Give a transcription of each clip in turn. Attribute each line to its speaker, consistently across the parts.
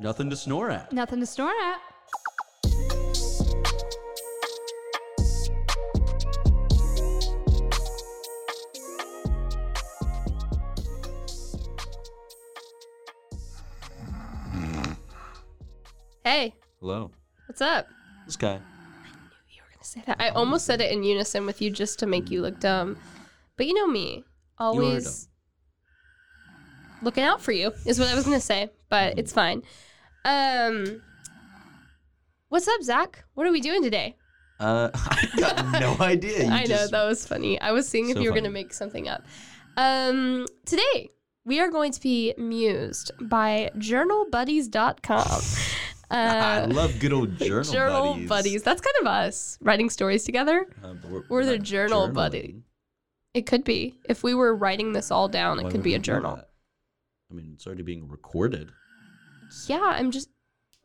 Speaker 1: Nothing to snore at.
Speaker 2: Nothing to snore at. Hey,
Speaker 1: Hello.
Speaker 2: what's up?
Speaker 1: This guy.
Speaker 2: Say that. I almost said it in unison with you just to make you look dumb. But you know me.
Speaker 1: dumb.
Speaker 2: Always looking out for you is what I was gonna say, but it's fine. Um What's up, Zach? What are we doing today?
Speaker 1: Uh, I got no idea. You
Speaker 2: I know
Speaker 1: just-
Speaker 2: that was funny. I was seeing if
Speaker 1: So
Speaker 2: you were gonna
Speaker 1: funny.
Speaker 2: make something up. Um, today we are going to be mused by journalbuddies.com.
Speaker 1: I
Speaker 2: Uh,
Speaker 1: love good old journal,
Speaker 2: journal buddies.
Speaker 1: buddies.
Speaker 2: That's kind of us writing stories together.
Speaker 1: Uh, but
Speaker 2: We're the
Speaker 1: not
Speaker 2: journal buddy.
Speaker 1: journaling.
Speaker 2: It could be if we were writing this all down,
Speaker 1: Why
Speaker 2: it
Speaker 1: would
Speaker 2: could be
Speaker 1: we
Speaker 2: a
Speaker 1: do
Speaker 2: journal.
Speaker 1: that? I mean, it's already being recorded.
Speaker 2: Yeah, I'm just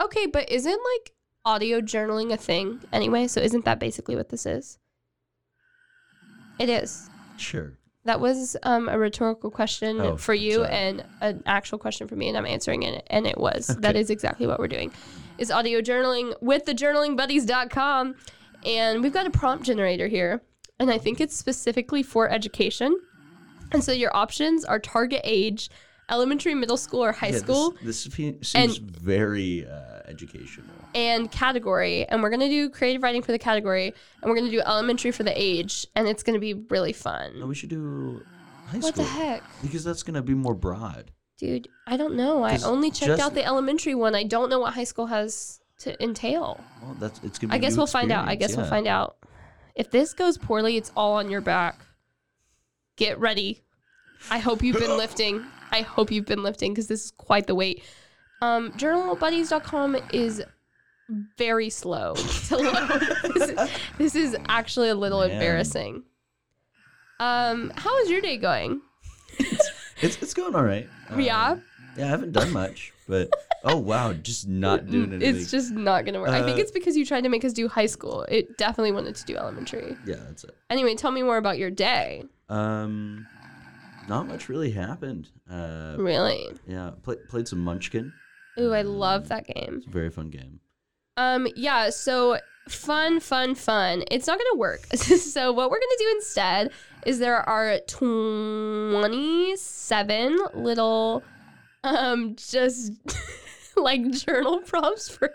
Speaker 2: okay, but isn't like audio journaling a thing anyway? So isn't that basically what this is? It is.
Speaker 1: Sure.
Speaker 2: That was um, a rhetorical question
Speaker 1: Oh,
Speaker 2: for you
Speaker 1: sorry.
Speaker 2: and an actual question for me, and I'm answering it. And it was that
Speaker 1: Okay.
Speaker 2: is exactly what we're doing, is audio journaling with the journalingbuddies.com, and we've got a prompt generator here, and I think it's specifically for education, and so your options are target age, elementary, middle school, or high
Speaker 1: Yeah, this-
Speaker 2: school,
Speaker 1: This, fe- seems very uh, educational.
Speaker 2: and category, and we're gonna do creative writing for the category, and we're gonna do elementary for the age, and it's gonna be really fun.
Speaker 1: No, we should do high
Speaker 2: What the
Speaker 1: school.
Speaker 2: heck?
Speaker 1: Because that's gonna be more broad.
Speaker 2: Dude, I don't know. I
Speaker 1: 'Cause
Speaker 2: only checked
Speaker 1: just-
Speaker 2: out the elementary one. I don't know what high school has to entail.
Speaker 1: Well, that's it's gonna. Be
Speaker 2: I guess we'll find out. I guess we'll find out. If this goes poorly, it's all on your back. Get ready. I hope you've been lifting. I hope you've been lifting because this is quite the weight. Um, journalbuddies.com is very slow to load. this, is, this is actually a little
Speaker 1: Man.
Speaker 2: embarrassing. Um, how is your day going?
Speaker 1: It's it's going all right.
Speaker 2: yeah.
Speaker 1: Um, Yeah, I haven't done much, but oh wow, just not doing anything.
Speaker 2: Mm, It's just not gonna work. I think
Speaker 1: Uh,
Speaker 2: it's because you tried to make us do high school. It definitely wanted to do elementary.
Speaker 1: yeah, that's it.
Speaker 2: Anyway, tell me more about your day.
Speaker 1: Um, not much really happened. Uh,
Speaker 2: Really?
Speaker 1: yeah, play, played some Munchkin.
Speaker 2: Ooh, I love that game.
Speaker 1: It's a very fun game.
Speaker 2: Um, yeah, so fun, fun, fun. It's not gonna work. so what we're gonna do instead is there are twenty-seven little um just like journal prompts for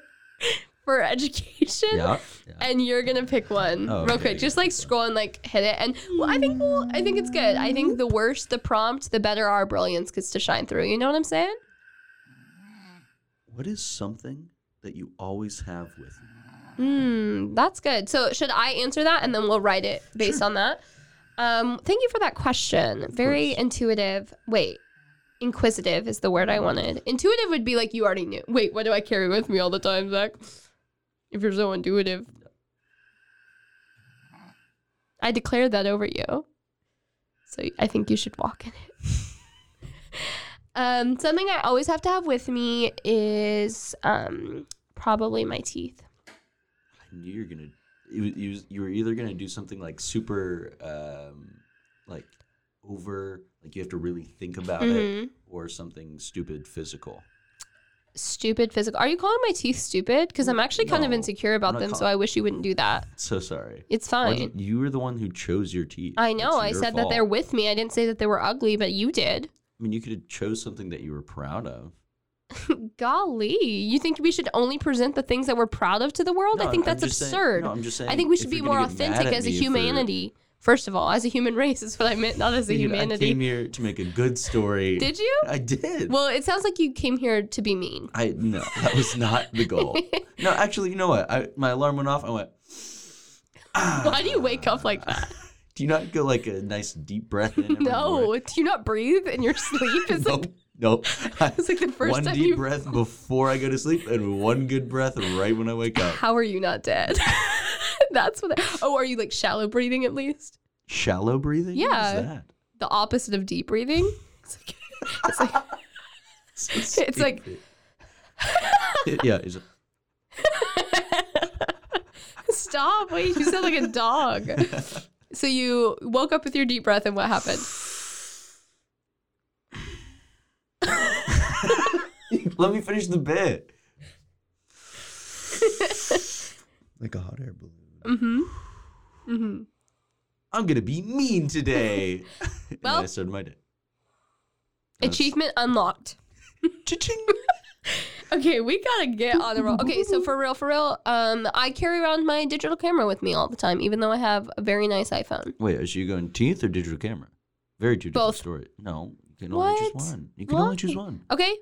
Speaker 2: for education.
Speaker 1: Yeah, yeah.
Speaker 2: and you're gonna pick one
Speaker 1: Oh,
Speaker 2: real
Speaker 1: okay,
Speaker 2: quick.
Speaker 1: you
Speaker 2: Just
Speaker 1: pick
Speaker 2: like scroll and like hit it. And well, I think we'll, I think it's good. I think the worse the prompt, the better our brilliance gets to shine through. You know what I'm saying?
Speaker 1: What is something that you always have with you?
Speaker 2: Hmm, that's good. So should I answer that and then we'll write it based on that? Um, thank you for that question. Very
Speaker 1: course.
Speaker 2: intuitive. Wait. Inquisitive is the word I wanted. Intuitive would be like you already knew. Wait, what do I carry with me all the time, Zach? If you're so intuitive. I declared that over you. So I think you should walk in it. um, something I always have to have with me is um, probably my teeth.
Speaker 1: I knew you were gonna. It was, you, was, you were either gonna do something like super, um, like
Speaker 2: Mm-hmm.
Speaker 1: over, like you have to really think about it, or something stupid physical.
Speaker 2: stupid physical. Are you calling my teeth stupid? Because I'm actually kind of
Speaker 1: No,
Speaker 2: insecure about
Speaker 1: not
Speaker 2: them, so
Speaker 1: call-
Speaker 2: I wish you wouldn't do that.
Speaker 1: So sorry.
Speaker 2: It's
Speaker 1: Why
Speaker 2: fine.
Speaker 1: did- You were the one who chose your teeth.
Speaker 2: I know. I
Speaker 1: It's your
Speaker 2: said that
Speaker 1: fault.
Speaker 2: they're with me. I didn't say that they were ugly, but you did.
Speaker 1: I mean, you could have chose something that you were proud of.
Speaker 2: Golly, you think we should only present the things that we're proud of to the world? I
Speaker 1: No,
Speaker 2: think
Speaker 1: I'm
Speaker 2: that's
Speaker 1: just saying-
Speaker 2: absurd.
Speaker 1: no, I'm just
Speaker 2: I
Speaker 1: saying,
Speaker 2: think we
Speaker 1: if
Speaker 2: should be
Speaker 1: you're
Speaker 2: more
Speaker 1: gonna get mad
Speaker 2: authentic
Speaker 1: at
Speaker 2: as a
Speaker 1: me for-
Speaker 2: humanity. First of all, as a human race is what I meant, not as a
Speaker 1: Dude, I came
Speaker 2: humanity.
Speaker 1: here to make a good story.
Speaker 2: Did you?
Speaker 1: I did.
Speaker 2: Well, it sounds like you came here to be mean.
Speaker 1: I no, that was not the goal. no, actually, you know what? I, my alarm went off. I went.
Speaker 2: Why do you wake up like that?
Speaker 1: Do you not go like a nice deep breath in? every
Speaker 2: No,
Speaker 1: morning?
Speaker 2: do you not breathe in your sleep? Is
Speaker 1: Nope. Nope.
Speaker 2: It's like the first
Speaker 1: one
Speaker 2: time
Speaker 1: deep
Speaker 2: you-
Speaker 1: breath before I go to sleep, and one good breath right when I wake up.
Speaker 2: how are you not dead? That's what. I, oh, are you like shallow breathing at least?
Speaker 1: Shallow breathing.
Speaker 2: Yeah.
Speaker 1: What is that?
Speaker 2: The opposite of deep breathing. It's like, it's like
Speaker 1: So
Speaker 2: It's like-
Speaker 1: stupid. It- yeah. It's,
Speaker 2: stop! Wait, you sound like a dog. So you woke up with your deep breath, and what happened?
Speaker 1: let me finish the bit. like a hot air balloon.
Speaker 2: Mm-hmm. Mm-hmm.
Speaker 1: I'm gonna be mean today. and
Speaker 2: Well-
Speaker 1: I started my day. That's-
Speaker 2: Achievement unlocked.
Speaker 1: Cha-ching.
Speaker 2: Okay, we gotta get on the roll. Okay, so for real, for real, um, I carry around my digital camera with me all the time, even though I have a very nice iPhone.
Speaker 1: Wait, is you going teeth or digital camera? Very two different
Speaker 2: Both.
Speaker 1: stories. No, you can only
Speaker 2: What?
Speaker 1: choose one. You can only choose
Speaker 2: Why?
Speaker 1: one.
Speaker 2: Okay,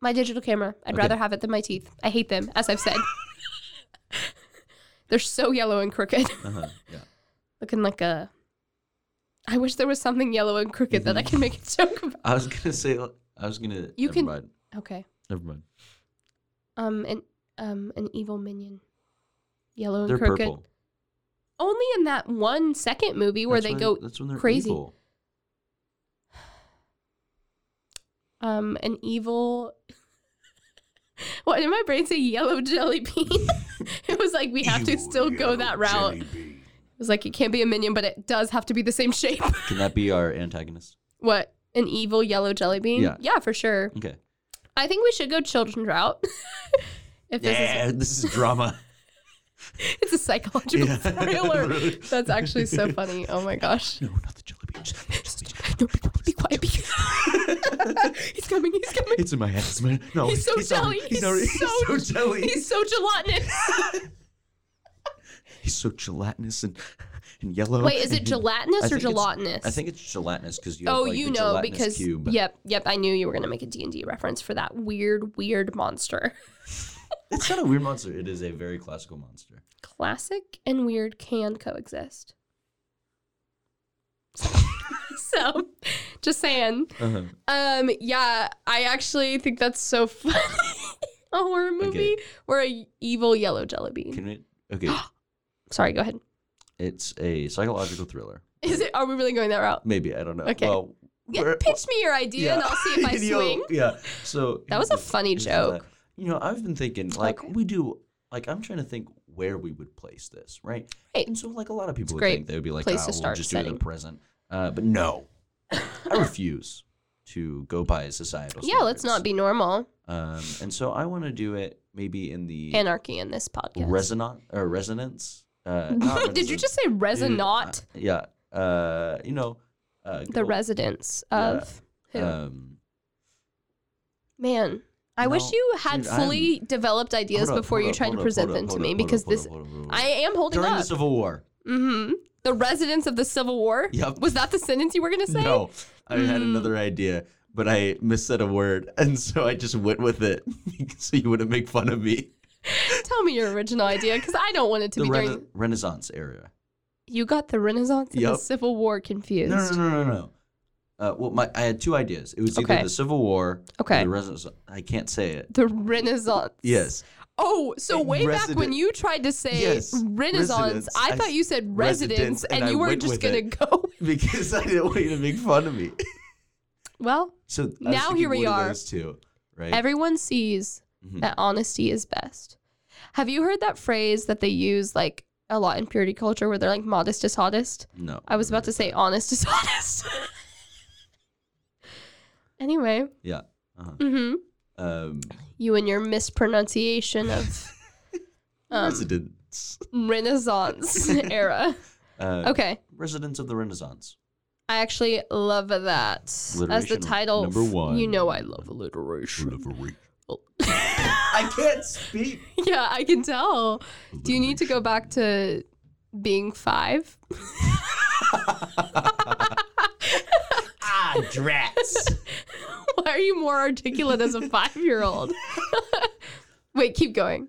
Speaker 2: my digital camera. I'd
Speaker 1: Okay.
Speaker 2: rather have it than my teeth. I hate them, as I've said. They're so yellow and crooked,
Speaker 1: Uh-huh. Yeah.
Speaker 2: looking like a. I wish there was something yellow and crooked that I
Speaker 1: Mm-hmm.
Speaker 2: can make a joke about.
Speaker 1: I was gonna say. I was gonna.
Speaker 2: You
Speaker 1: never
Speaker 2: can-
Speaker 1: Mind.
Speaker 2: Okay,
Speaker 1: Never mind.
Speaker 2: um, an um, an evil minion, yellow and
Speaker 1: They're
Speaker 2: crooked.
Speaker 1: purple.
Speaker 2: Only in that one second movie where
Speaker 1: That's
Speaker 2: they
Speaker 1: when-
Speaker 2: go
Speaker 1: That's when they're
Speaker 2: crazy.
Speaker 1: evil.
Speaker 2: um an evil what did my brain say yellow jelly bean it was like we have to still go that route it was like it can't be a minion but it does have to be the same shape
Speaker 1: Can that be our antagonist?
Speaker 2: what an evil yellow jelly bean
Speaker 1: Yeah.
Speaker 2: for sure
Speaker 1: Okay.
Speaker 2: i think we should go children's route if this
Speaker 1: Yeah, this is drama.
Speaker 2: is it's a psychological
Speaker 1: Yeah.
Speaker 2: thriller
Speaker 1: Really.
Speaker 2: that's actually so funny oh my gosh
Speaker 1: no, not the jelly beans.
Speaker 2: no be quiet be quiet be quiet. he's coming he's coming
Speaker 1: It's in my hands, man. No,
Speaker 2: He's so jelly.
Speaker 1: already-
Speaker 2: He's
Speaker 1: already-
Speaker 2: so-
Speaker 1: he's so jelly.
Speaker 2: he's so gelatinous
Speaker 1: He's so gelatinous and and yellow.
Speaker 2: Wait, is it
Speaker 1: and- I
Speaker 2: gelatinous or
Speaker 1: think it's-
Speaker 2: gelatinous?
Speaker 1: I think it's gelatinous because you. Have,
Speaker 2: Oh,
Speaker 1: like,
Speaker 2: you
Speaker 1: the
Speaker 2: know
Speaker 1: gelatinous
Speaker 2: because
Speaker 1: cube.
Speaker 2: yep, yep. I knew you were gonna make a D and D reference for that weird, weird monster.
Speaker 1: It's not a weird monster. It is a very classical monster.
Speaker 2: Classic and weird can coexist. so, just saying.
Speaker 1: Uh-huh.
Speaker 2: Um, yeah, I actually think that's so funny. a horror movie or a evil yellow jelly bean.
Speaker 1: Can we? Okay,
Speaker 2: Sorry, go ahead.
Speaker 1: it's a psychological thriller.
Speaker 2: Is it? Are we really going that route?
Speaker 1: Maybe I don't know.
Speaker 2: Okay.
Speaker 1: Well,
Speaker 2: Yeah,
Speaker 1: we're-
Speaker 2: pitch me your idea, and I'll see if I
Speaker 1: Yo,
Speaker 2: swing.
Speaker 1: Yeah. So
Speaker 2: That was a funny
Speaker 1: here's the-
Speaker 2: joke.
Speaker 1: You know, I've been thinking like
Speaker 2: Okay.
Speaker 1: we do. Like I'm trying to think where we would place this, right?
Speaker 2: Right.
Speaker 1: And so like a lot of people would
Speaker 2: great
Speaker 1: think they would be like,
Speaker 2: place
Speaker 1: oh,
Speaker 2: to start
Speaker 1: we'll just do it
Speaker 2: setting.
Speaker 1: in the present. Uh, but no, I refuse to go by societal.
Speaker 2: Yeah, let's not
Speaker 1: standards.
Speaker 2: be normal.
Speaker 1: Um, and so I want to do it maybe in the
Speaker 2: Anarchy in this podcast.
Speaker 1: resonant or resonance. Uh, not
Speaker 2: Did you
Speaker 1: resonance.
Speaker 2: just say resonant?
Speaker 1: Dude, uh, yeah. Uh, you know, uh, good
Speaker 2: the
Speaker 1: old,
Speaker 2: residents
Speaker 1: Yeah,
Speaker 2: of who?
Speaker 1: Um,
Speaker 2: Man, I wish
Speaker 1: no,
Speaker 2: you had
Speaker 1: dude, I'm-
Speaker 2: fully developed ideas
Speaker 1: hold up,
Speaker 2: before
Speaker 1: hold
Speaker 2: you
Speaker 1: up,
Speaker 2: tried
Speaker 1: hold
Speaker 2: to
Speaker 1: up,
Speaker 2: present
Speaker 1: hold up,
Speaker 2: them to
Speaker 1: hold
Speaker 2: me
Speaker 1: up, hold
Speaker 2: because
Speaker 1: up, hold
Speaker 2: this
Speaker 1: up, hold up, hold up.
Speaker 2: I am holding
Speaker 1: during
Speaker 2: up.
Speaker 1: the Civil War.
Speaker 2: hmm The residents of the Civil War.
Speaker 1: Yup.
Speaker 2: Was that the sentence you were gonna say?
Speaker 1: No, I had another idea, but I missaid a word, and so I just went with it so you wouldn't make fun of me.
Speaker 2: Tell me your original idea because I don't want it to
Speaker 1: the
Speaker 2: be
Speaker 1: rena-
Speaker 2: during.
Speaker 1: Renaissance era.
Speaker 2: You got the Renaissance and the
Speaker 1: Yup.
Speaker 2: Civil War confused.
Speaker 1: No, no, no, no, no. Uh, well, my I had two ideas. It was either
Speaker 2: Okay.
Speaker 1: the Civil War
Speaker 2: Okay.
Speaker 1: or the Renaissance. I can't say it.
Speaker 2: The Renaissance.
Speaker 1: Yes.
Speaker 2: Oh, so
Speaker 1: It-
Speaker 2: way back when
Speaker 1: resident-
Speaker 2: you tried to say
Speaker 1: Yes,
Speaker 2: Renaissance,
Speaker 1: residents.
Speaker 2: I,
Speaker 1: I
Speaker 2: thought
Speaker 1: s-
Speaker 2: you said
Speaker 1: residents,
Speaker 2: residents, and,
Speaker 1: and I
Speaker 2: you were
Speaker 1: went
Speaker 2: just
Speaker 1: with
Speaker 2: gonna
Speaker 1: it.
Speaker 2: go.
Speaker 1: Because I didn't want you to make fun of me.
Speaker 2: Well,
Speaker 1: So I was
Speaker 2: Now
Speaker 1: thinking
Speaker 2: here we
Speaker 1: one of
Speaker 2: are.
Speaker 1: Those two, right?
Speaker 2: Everyone sees
Speaker 1: Mhm.
Speaker 2: that honesty is best. Have you heard that phrase that they use like a lot in purity culture where they're like modest is hottest?
Speaker 1: no.
Speaker 2: I was about to
Speaker 1: Mm-hmm.
Speaker 2: say honest is hottest. anyway,
Speaker 1: Yeah. Uh-huh.
Speaker 2: hmm
Speaker 1: Um,
Speaker 2: You and your mispronunciation of um,
Speaker 1: residents.
Speaker 2: Renaissance era.
Speaker 1: Uh,
Speaker 2: Okay.
Speaker 1: Residents of the Renaissance.
Speaker 2: I actually love that. As the
Speaker 1: Alliteration
Speaker 2: title,
Speaker 1: number one.
Speaker 2: you know I love alliteration.
Speaker 1: I can't speak.
Speaker 2: Yeah, I can tell. Do you need to go back to being five?
Speaker 1: Ah, drats.
Speaker 2: Why are you more articulate as a five year old? Wait, keep going.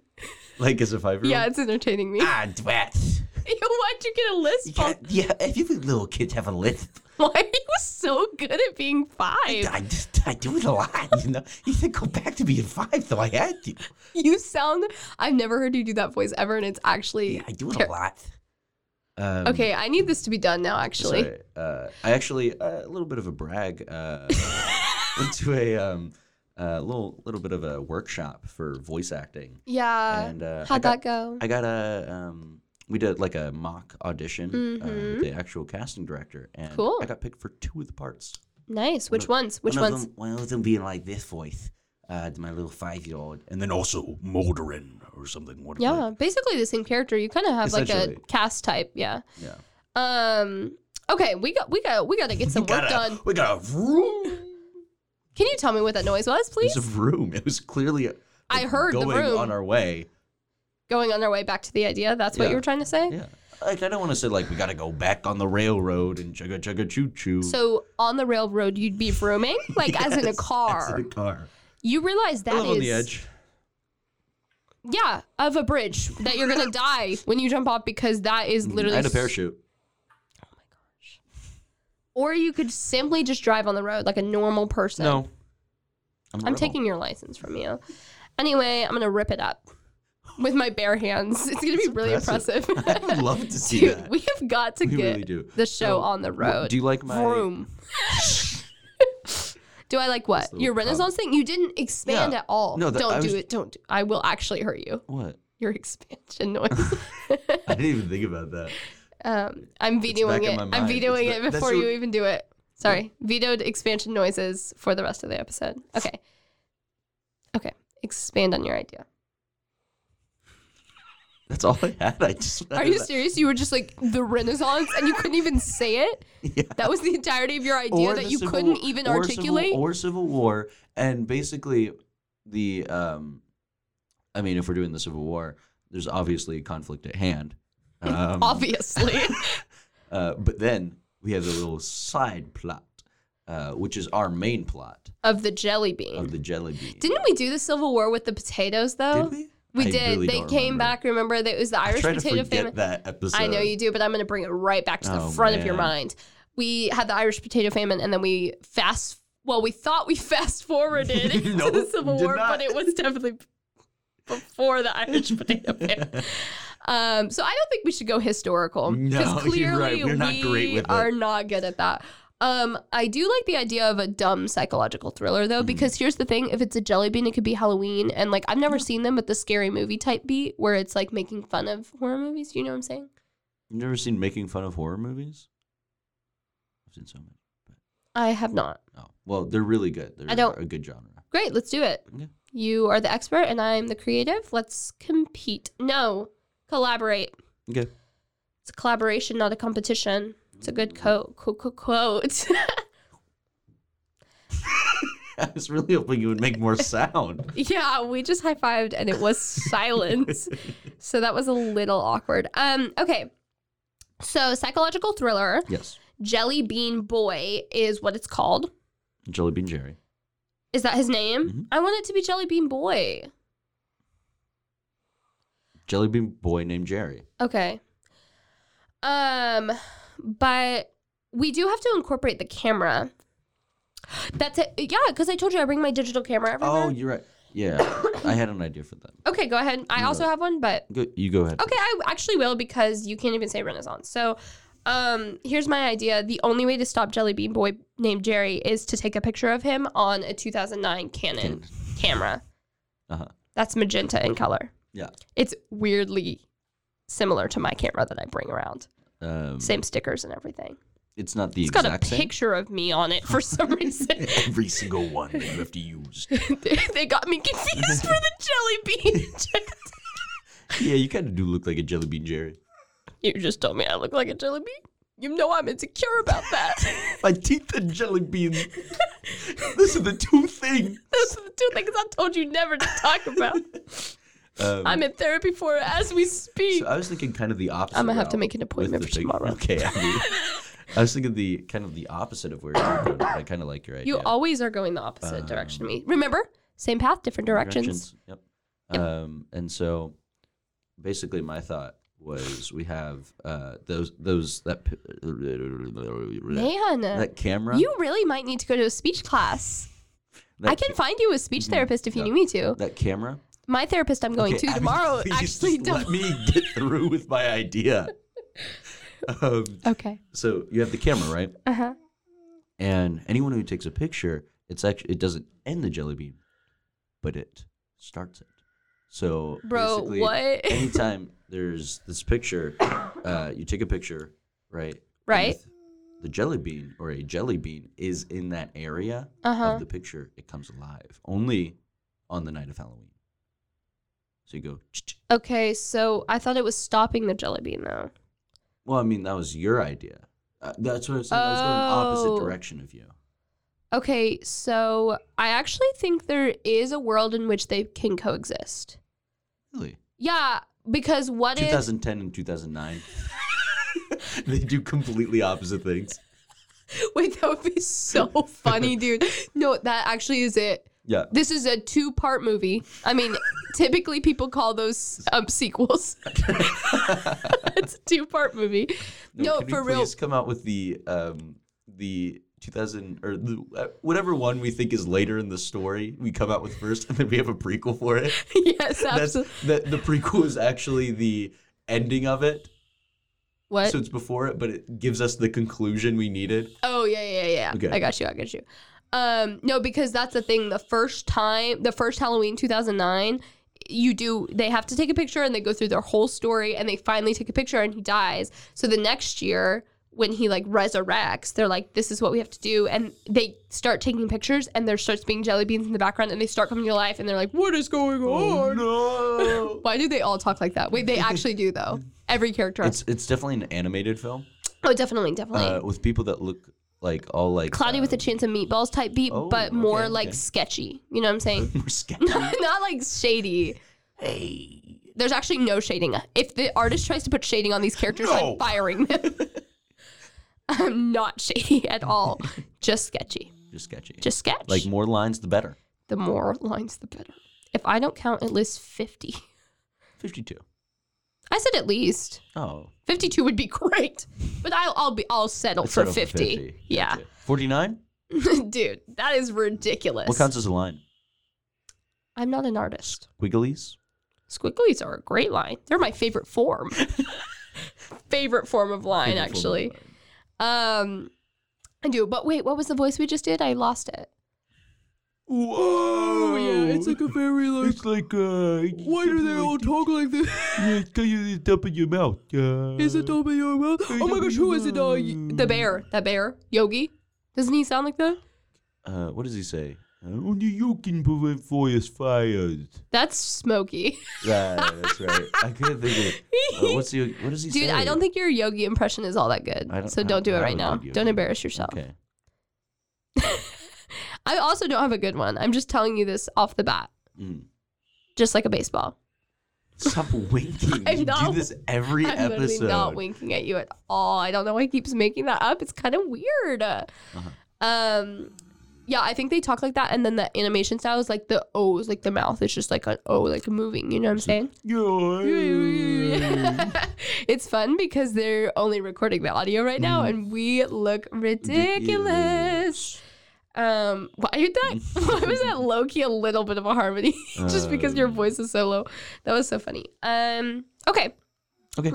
Speaker 1: like as a five-year-old.
Speaker 2: Yeah, it's entertaining me.
Speaker 1: Ah, drats.
Speaker 2: Why'd you get a lisp?
Speaker 1: Yeah, yeah, every little kid have a lisp.
Speaker 2: Why are you so good at being five?
Speaker 1: I just, I do it a lot, you know. You said go back to being five, though I had to.
Speaker 2: You sound, I've never heard you do that voice ever, and it's actually.
Speaker 1: Yeah, I do it
Speaker 2: Ter-
Speaker 1: a lot. Um,
Speaker 2: Okay, I need this to be done now, actually.
Speaker 1: Sorry. Uh, I actually uh, a little bit of a brag. Uh, went to a um, uh, little little bit of a workshop for voice acting,
Speaker 2: Yeah.
Speaker 1: and uh, I got
Speaker 2: How'd that go?
Speaker 1: I got a um, we did like a mock audition uh,
Speaker 2: Mhm.
Speaker 1: with the actual casting director, and
Speaker 2: Cool.
Speaker 1: I got picked for two of the parts.
Speaker 2: nice. Which ones? Which
Speaker 1: one
Speaker 2: ones?
Speaker 1: Of them, one of them being like this voice, uh, to my little five year old, and then also Molderin or something. What
Speaker 2: Yeah, basically the same character. You kind of have like a
Speaker 1: Essentially.
Speaker 2: cast type. Yeah.
Speaker 1: yeah.
Speaker 2: Um. Okay, we got we got we got to get some work done.
Speaker 1: We got a vroom.
Speaker 2: Can you tell me what that noise was,
Speaker 1: It
Speaker 2: please?
Speaker 1: was a vroom. It was clearly. like,
Speaker 2: I heard the
Speaker 1: going
Speaker 2: vroom.
Speaker 1: on our way.
Speaker 2: Going on our way back to the idea. That's what you
Speaker 1: Yeah.
Speaker 2: were trying to say.
Speaker 1: Yeah. Like I don't want to say like we got to go back on the railroad and chugga chugga choo choo.
Speaker 2: So on the railroad, you'd be vrooming, like as in a car.
Speaker 1: That's in a car.
Speaker 2: You realize that
Speaker 1: I
Speaker 2: is
Speaker 1: live on the edge.
Speaker 2: yeah of a bridge that you're gonna die when you jump off because that is literally
Speaker 1: I had Mm, a
Speaker 2: s-
Speaker 1: parachute.
Speaker 2: Or you could simply just drive on the road like a normal person.
Speaker 1: No. a
Speaker 2: I'm
Speaker 1: rebel.
Speaker 2: taking your license from you. Anyway, I'm gonna rip it up with my bare hands. It's gonna be really impressive.
Speaker 1: I would love to see
Speaker 2: Dude,
Speaker 1: that.
Speaker 2: we have got to
Speaker 1: We
Speaker 2: get
Speaker 1: really do.
Speaker 2: the show
Speaker 1: So,
Speaker 2: on the
Speaker 1: wh-
Speaker 2: road.
Speaker 1: do you like my-
Speaker 2: room? do I like what
Speaker 1: the
Speaker 2: your Renaissance thing? You didn't expand
Speaker 1: Yeah.
Speaker 2: at all.
Speaker 1: No, that-
Speaker 2: don't
Speaker 1: I
Speaker 2: do
Speaker 1: was-
Speaker 2: it. Don't. Do, I will actually hurt you.
Speaker 1: What?
Speaker 2: Your expansion noise.
Speaker 1: I didn't even think about that.
Speaker 2: um, I'm
Speaker 1: back
Speaker 2: vetoing
Speaker 1: in
Speaker 2: it.
Speaker 1: my
Speaker 2: I'm
Speaker 1: mind.
Speaker 2: vetoing
Speaker 1: It's
Speaker 2: it
Speaker 1: the- that's
Speaker 2: before
Speaker 1: what-
Speaker 2: you even do it. Sorry, vetoed expansion noises for the rest of the episode. Okay. Okay. Expand on your idea.
Speaker 1: That's all I had. I just.
Speaker 2: Are you serious? You were just like the Renaissance, and you couldn't even say it.
Speaker 1: Yeah.
Speaker 2: That was the entirety of your idea
Speaker 1: the
Speaker 2: that you
Speaker 1: Civil-
Speaker 2: couldn't even
Speaker 1: or Civil-
Speaker 2: articulate.
Speaker 1: or Civil War, and basically the um, I mean, if we're doing the Civil War, there's obviously a conflict at hand. Um,
Speaker 2: Obviously,
Speaker 1: uh, but then we have the little side plot, uh, which is our main plot
Speaker 2: of the jelly bean.
Speaker 1: of the jelly bean.
Speaker 2: Didn't we do the Civil War with the potatoes though?
Speaker 1: Did we? I
Speaker 2: did.
Speaker 1: really
Speaker 2: they
Speaker 1: don't
Speaker 2: came
Speaker 1: remember.
Speaker 2: back. Remember that it was the
Speaker 1: I
Speaker 2: Irish
Speaker 1: try to
Speaker 2: potato
Speaker 1: forget
Speaker 2: famine.
Speaker 1: that episode.
Speaker 2: I know you do, but I'm going to bring it right back to the
Speaker 1: Oh,
Speaker 2: front of your
Speaker 1: man.
Speaker 2: mind. We had the Irish potato famine, and then we fast. Well, we thought we fast forwarded into
Speaker 1: No,
Speaker 2: the Civil
Speaker 1: did
Speaker 2: War,
Speaker 1: not.
Speaker 2: but it was definitely before the Irish potato famine. Um, so I don't think we should go historical
Speaker 1: No,
Speaker 2: because
Speaker 1: you're right.
Speaker 2: clearly
Speaker 1: We're not
Speaker 2: we
Speaker 1: great with it.
Speaker 2: are not good at that. Um, I do like the idea of a dumb psychological thriller
Speaker 1: Mm-hmm.
Speaker 2: though, because here's the thing: if it's a jelly bean, it could be Halloween, and like I've never seen them, but the scary movie type beat where it's like making fun of horror movies. You know what I'm saying?
Speaker 1: You've never seen making fun of horror movies? I've seen so many.
Speaker 2: I have not.
Speaker 1: Oh well, they're really good. They're
Speaker 2: don't-
Speaker 1: a good genre.
Speaker 2: Great, let's do it.
Speaker 1: Yeah.
Speaker 2: You are the expert, and I'm the creative. Let's compete. No, collaborate.
Speaker 1: Okay.
Speaker 2: It's a collaboration, not a competition. It's a good co- co- co- quote.
Speaker 1: I was really hoping you would make more sound.
Speaker 2: Yeah, we just high fived and it was silence. so that was a little awkward. Um, okay. So psychological thriller,
Speaker 1: yes.
Speaker 2: Jelly Bean Boy is what it's called.
Speaker 1: Jelly Bean Jerry.
Speaker 2: Is that his name?
Speaker 1: Mhm.
Speaker 2: I want it to be Jelly Bean Boy.
Speaker 1: Jelly Bean Boy named Jerry.
Speaker 2: Okay. Um, but we do have to incorporate the camera. That's it. Yeah, because I told you I bring my digital camera everywhere.
Speaker 1: Oh, you're right. Yeah. I had an idea for that.
Speaker 2: okay, go ahead. I
Speaker 1: No.
Speaker 2: also have one, but
Speaker 1: Go, you go ahead.
Speaker 2: Okay, I actually will because you can't even say Renaissance. So, um, here's my idea: the only way to stop Jelly Bean Boy named Jerry is to take a picture of him on a 2009 Canon
Speaker 1: Canon.
Speaker 2: camera.
Speaker 1: Uh-huh.
Speaker 2: That's magenta in color.
Speaker 1: Yeah.
Speaker 2: It's weirdly similar to my camera that I bring around.
Speaker 1: Um,
Speaker 2: Same stickers and everything.
Speaker 1: It's not the
Speaker 2: It's got a
Speaker 1: exact same.
Speaker 2: picture of me on it for some reason.
Speaker 1: Every single one that you have to use.
Speaker 2: they, they got me confused for the jelly bean.
Speaker 1: yeah, you kind of do look like a jelly bean, Jerry.
Speaker 2: you just told me I look like a jelly bean. You know I'm insecure about that.
Speaker 1: My teeth and jelly bean. Those are the two things.
Speaker 2: Those are the two things I told you never to talk about.
Speaker 1: Um,
Speaker 2: I'm in therapy for it as we speak.
Speaker 1: So uh, I was thinking kind of the opposite.
Speaker 2: I'm gonna have to
Speaker 1: route
Speaker 2: make an
Speaker 1: with
Speaker 2: appointment
Speaker 1: the
Speaker 2: for tomorrow.
Speaker 1: Okay. I, mean, I was thinking the kind of the opposite of where you're going. I kind of like your idea.
Speaker 2: you always are going the opposite
Speaker 1: Um,
Speaker 2: direction of me. Remember? Same path, different directions.
Speaker 1: Yep. Um, and so, basically, my thought was we have uh, those those that p-
Speaker 2: Man,
Speaker 1: that camera.
Speaker 2: you really might need to go to a speech class.
Speaker 1: that
Speaker 2: I can
Speaker 1: ca-
Speaker 2: find you a speech therapist if you
Speaker 1: Yeah.
Speaker 2: need me to.
Speaker 1: that camera.
Speaker 2: My therapist I'm going
Speaker 1: Okay,
Speaker 2: to
Speaker 1: Abby,
Speaker 2: Oh, tomorrow
Speaker 1: please
Speaker 2: actually
Speaker 1: just let
Speaker 2: does.
Speaker 1: me get through with my idea. um,
Speaker 2: Okay.
Speaker 1: so you have the camera, right?
Speaker 2: Uh huh.
Speaker 1: And anyone who takes a picture, it's actually it doesn't end the jelly bean, but it starts it. So
Speaker 2: Bro,
Speaker 1: basically,
Speaker 2: what?
Speaker 1: anytime there's this picture, uh, you take a picture, right?
Speaker 2: Right.
Speaker 1: with The jelly bean or a jelly bean is in that area
Speaker 2: Uh-huh.
Speaker 1: of the picture. It comes alive only on the night of Halloween. So you go. "Ch-ch."
Speaker 2: Okay, so I thought it was stopping the jelly bean though.
Speaker 1: Well, I mean that was your idea. Uh, that's what I was saying. I was going
Speaker 2: Oh.
Speaker 1: opposite direction of you.
Speaker 2: Okay, so I actually think there is a world in which they can coexist.
Speaker 1: Really.
Speaker 2: Yeah, because what if
Speaker 1: 2010 and 2009. they do completely opposite things.
Speaker 2: Wait, that would be so funny, dude. No, that actually is it.
Speaker 1: Yeah.
Speaker 2: This is a two-part movie. I mean, typically people call those um, sequels. it's a two-part movie. No,
Speaker 1: can
Speaker 2: for
Speaker 1: we
Speaker 2: real.
Speaker 1: Please come out with the um the 2000 or the, uh, whatever one we think is later in the story. We come out with first, and then we have a prequel for it.
Speaker 2: yes,
Speaker 1: That's
Speaker 2: absolutely.
Speaker 1: the, the prequel is actually the ending of it.
Speaker 2: What?
Speaker 1: So it's before it, but it gives us the conclusion we needed.
Speaker 2: Oh yeah, yeah, yeah.
Speaker 1: Okay.
Speaker 2: I got you. I got you. Um, no, because that's the thing. The first time, the first Halloween, two thousand nine, you do. They have to take a picture, and they go through their whole story, and they finally take a picture, and he dies. So the next year, when he like resurrects, they're like, "This is what we have to do," and they start taking pictures, and there starts being jelly beans in the background, and they start coming to life, and they're like, "What is going
Speaker 1: Oh
Speaker 2: on?"
Speaker 1: no!
Speaker 2: Why do they all talk like that? Wait, they actually do though. Every character.
Speaker 1: it's it's definitely an animated film
Speaker 2: oh, definitely, definitely.
Speaker 1: uh, with people that look like all like
Speaker 2: Cloudy with a
Speaker 1: um,
Speaker 2: Chance of Meatballs type beat,
Speaker 1: oh,
Speaker 2: but more
Speaker 1: okay,
Speaker 2: like
Speaker 1: okay.
Speaker 2: sketchy. You know what I'm saying?
Speaker 1: more sketchy.
Speaker 2: Not like shady.
Speaker 1: Hey.
Speaker 2: There's actually no shading. If the artist tries to put shading on these characters,
Speaker 1: No.
Speaker 2: I'm firing them. I'm not shady at all. Just sketchy.
Speaker 1: Just sketchy.
Speaker 2: Just sketch.
Speaker 1: like more lines, the better.
Speaker 2: the more lines, the better. If I don't count at least 50,
Speaker 1: 52.
Speaker 2: I said at least
Speaker 1: Oh.
Speaker 2: 52 would be great, but I'll I'll be I'll settle
Speaker 1: let's
Speaker 2: for
Speaker 1: settle
Speaker 2: 50. Yeah,
Speaker 1: 49?
Speaker 2: dude, that is ridiculous.
Speaker 1: What counts as a line?
Speaker 2: I'm not an artist.
Speaker 1: Squigglies?
Speaker 2: Squigglies are a great line. They're my favorite form. favorite form of line,
Speaker 1: Favorite form of
Speaker 2: actually.
Speaker 1: line.
Speaker 2: Um, I do. But wait, what was the voice we just did? I lost it.
Speaker 1: Whoa!
Speaker 2: Oh, a very
Speaker 1: It's like, uh. Why do they all talk like this? Yeah, it's because it's top of your mouth. Uh,
Speaker 2: over your mouth? Oh my gosh, who is it? Uh, y- the bear. That bear. Yogi. Doesn't he sound like that?
Speaker 1: Uh, what does he say? Uh, Only you can prevent forest fires.
Speaker 2: That's Smokey.
Speaker 1: Right, that's right. I couldn't think of uh, what's he, What does he say?
Speaker 2: Dude, I don't think your Yogi impression is all that good.
Speaker 1: I don't-
Speaker 2: so
Speaker 1: I
Speaker 2: don't do
Speaker 1: don't
Speaker 2: it
Speaker 1: have
Speaker 2: right
Speaker 1: a
Speaker 2: now.
Speaker 1: good Yogi.
Speaker 2: Don't embarrass yourself.
Speaker 1: Okay.
Speaker 2: I also don't have a good one. I'm just telling you this off the bat,
Speaker 1: Mm.
Speaker 2: just like a baseball.
Speaker 1: Stop winking.
Speaker 2: I'm
Speaker 1: you do
Speaker 2: not-
Speaker 1: this every
Speaker 2: I'm literally
Speaker 1: episode.
Speaker 2: not winking at you at all. I don't know why he keeps making that up. It's kind of weird. Um, yeah, I think they talk like that, and then the animation style is like the O's, like the mouth is just like an O, like moving. You know what I'm saying?
Speaker 1: Yeah.
Speaker 2: it's fun because they're only recording the audio right now, and we look ridiculous. Um, why did that? Why was that low key a little bit of a harmony? just because
Speaker 1: Uh.
Speaker 2: your voice is so low. That was so funny. Um, okay.
Speaker 1: Okay.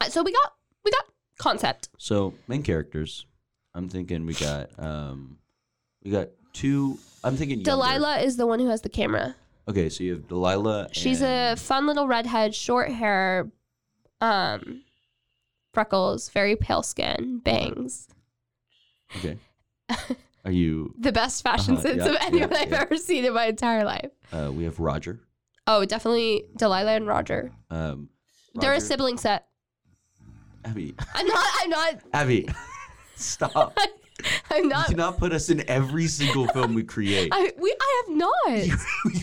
Speaker 2: Uh, So we got we got concept.
Speaker 1: So main characters, I'm thinking we got um, we got two. I'm thinking younger.
Speaker 2: Delilah is the one who has the camera.
Speaker 1: Okay, so you have Delilah.
Speaker 2: She's a
Speaker 1: and-
Speaker 2: fun little redhead, short hair, um, freckles, very pale skin, bangs.
Speaker 1: Okay. Are you?
Speaker 2: The best fashion
Speaker 1: Uh-huh,
Speaker 2: sense
Speaker 1: yeah,
Speaker 2: of
Speaker 1: yeah,
Speaker 2: anyone I've
Speaker 1: yeah.
Speaker 2: ever seen in my entire life.
Speaker 1: Uh, we have Roger.
Speaker 2: Oh, definitely Delilah and Roger.
Speaker 1: Um,
Speaker 2: They're a
Speaker 1: Roger-
Speaker 2: sibling set.
Speaker 1: Abby.
Speaker 2: I'm not. I'm not.
Speaker 1: Abby. Stop.
Speaker 2: I'm
Speaker 1: You
Speaker 2: not.
Speaker 1: cannot put us in every single film we create.
Speaker 2: I we. I have not.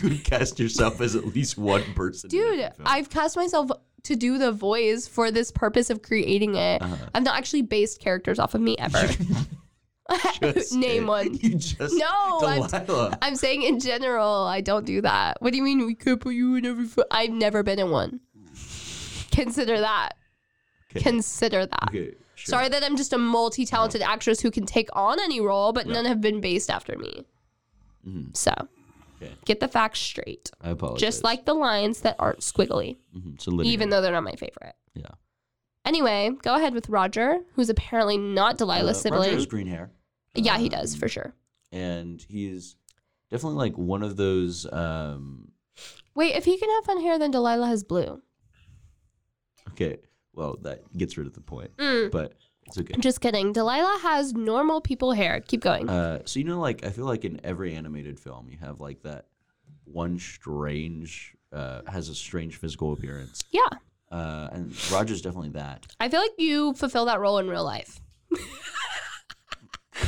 Speaker 1: you would cast yourself as at least one person. in
Speaker 2: Dude,
Speaker 1: every film.
Speaker 2: I've cast myself to do the voice for this purpose of creating it.
Speaker 1: Uh-huh.
Speaker 2: I've not actually based characters off of me ever.
Speaker 1: Just
Speaker 2: Name
Speaker 1: it.
Speaker 2: one.
Speaker 1: You just
Speaker 2: No, I'm-
Speaker 1: Delilah.
Speaker 2: I'm saying in general, I don't do that. What do you mean we can't put you in every? Fo- I've never been in one. Consider that.
Speaker 1: Okay.
Speaker 2: Consider that.
Speaker 1: okay. Sure. Uh-huh.
Speaker 2: Sorry that I'm just a multi-talented actress who can take on any role, but none have been based after me.
Speaker 1: Mm-hmm.
Speaker 2: So,
Speaker 1: Okay.
Speaker 2: get the facts straight.
Speaker 1: I apologize.
Speaker 2: Just like the lines that aren't squiggly,
Speaker 1: Mhm, so linear.
Speaker 2: even though they're not my favorite.
Speaker 1: yeah.
Speaker 2: Anyway, go ahead with Roger, who's apparently not
Speaker 1: Uh,
Speaker 2: Delilah's
Speaker 1: Roger
Speaker 2: sibling.
Speaker 1: has green hair.
Speaker 2: yeah, he does for sure.
Speaker 1: and he's definitely like one of those. Um,
Speaker 2: Wait, if he can have fun hair, then Delilah has blue.
Speaker 1: okay, well that gets rid of the point,
Speaker 2: Mm.
Speaker 1: but it's okay.
Speaker 2: I'm just kidding. Delilah has normal people hair. Keep going.
Speaker 1: Uh, so you know, like I feel like in every animated film, you have like that one strange uh, has a strange physical appearance,
Speaker 2: yeah,
Speaker 1: uh, and Roger's definitely that.
Speaker 2: I feel like you fulfill that role in real life.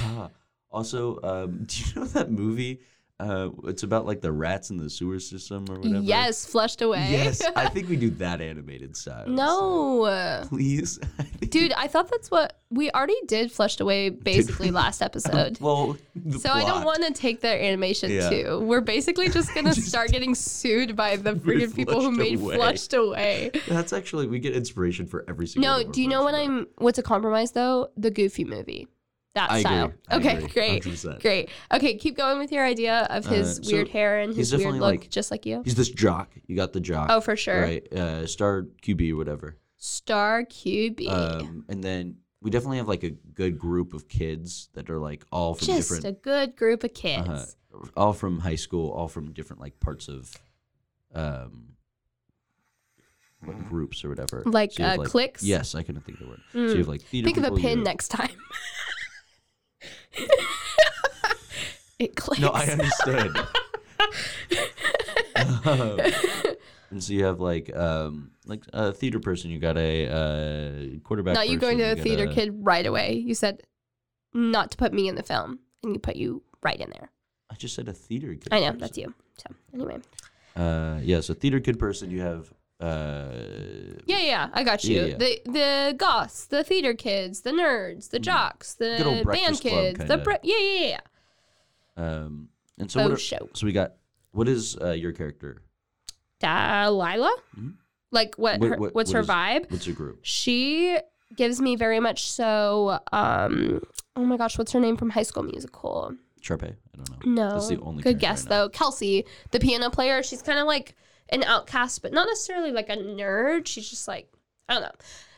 Speaker 1: Ah, also, um, do you know that movie? Uh, it's about like the rats in the sewer system or whatever.
Speaker 2: Yes, flushed away.
Speaker 1: Yes, I think we do that animated style. so
Speaker 2: no.
Speaker 1: please, I think-
Speaker 2: Dude, I thought that's what we already did flushed away basically last episode.
Speaker 1: Well, the
Speaker 2: uh, So I don't
Speaker 1: plot.
Speaker 2: want to take their animation
Speaker 1: Yeah.
Speaker 2: too. We're basically just gonna start getting sued by the freaking people who
Speaker 1: Flushed
Speaker 2: made
Speaker 1: Away.
Speaker 2: flushed away.
Speaker 1: That's actually we get inspiration for every single.
Speaker 2: No,
Speaker 1: one of our
Speaker 2: do you know
Speaker 1: films
Speaker 2: what
Speaker 1: now.
Speaker 2: I'm? What's a compromise though? The Goofy movie, that
Speaker 1: I
Speaker 2: style.
Speaker 1: agree. I
Speaker 2: okay,
Speaker 1: agree.
Speaker 2: great,
Speaker 1: 100%.
Speaker 2: great. Okay, keep going with your idea of his
Speaker 1: Uh, so
Speaker 2: weird hair and
Speaker 1: he's
Speaker 2: his weird
Speaker 1: definitely,
Speaker 2: look,
Speaker 1: like-
Speaker 2: just like you.
Speaker 1: He's this jock. You got the jock.
Speaker 2: Oh, for sure.
Speaker 1: Right, uh, star QB or whatever.
Speaker 2: Star QB,
Speaker 1: Um, and then we definitely have like a good group of kids that are like all from
Speaker 2: just a
Speaker 1: different,
Speaker 2: good group of kids.
Speaker 1: uh, all from high school, all from different like parts of, um, what, groups or whatever.
Speaker 2: Like,
Speaker 1: you have,
Speaker 2: uh, cliques? Mm.
Speaker 1: Yes, I couldn't think of the word. So you have like theater.
Speaker 2: Think of a
Speaker 1: people, you
Speaker 2: pin
Speaker 1: have-
Speaker 2: next time. it clicks.
Speaker 1: No, I understood. Um, and so you have like um like a theater person, you got a uh, quarterback.
Speaker 2: Not you going to
Speaker 1: person,
Speaker 2: the
Speaker 1: got
Speaker 2: theater
Speaker 1: a-
Speaker 2: kid right away. You said not to put me in the film, and you put you right in there.
Speaker 1: I just said a theater kid.
Speaker 2: I know
Speaker 1: person.
Speaker 2: that's you. So anyway.
Speaker 1: Uh, yeah, so theater kid person, you have uh
Speaker 2: Yeah, yeah, I got you.
Speaker 1: Yeah, yeah.
Speaker 2: The the goths, the theater kids, the nerds, the jocks,
Speaker 1: Good
Speaker 2: the
Speaker 1: old
Speaker 2: band
Speaker 1: Breakfast Club
Speaker 2: kids, the
Speaker 1: kinda.
Speaker 2: bre- yeah, yeah, yeah.
Speaker 1: um and so what
Speaker 2: Oh,
Speaker 1: are-
Speaker 2: show.
Speaker 1: so we got what is uh, your character?
Speaker 2: Delilah, like what,
Speaker 1: Mm-hmm. What-
Speaker 2: her,
Speaker 1: what-
Speaker 2: what's
Speaker 1: what
Speaker 2: her
Speaker 1: is-
Speaker 2: vibe?
Speaker 1: What's your group?
Speaker 2: She gives me very much so. Um, oh my gosh, what's her name from High School Musical?
Speaker 1: Sharpay? I don't know.
Speaker 2: No,
Speaker 1: That's the only
Speaker 2: good
Speaker 1: character I
Speaker 2: guess
Speaker 1: know.
Speaker 2: though. Kelsey, the piano player, she's kind of like an outcast, but not necessarily like a nerd. She's just like I don't know.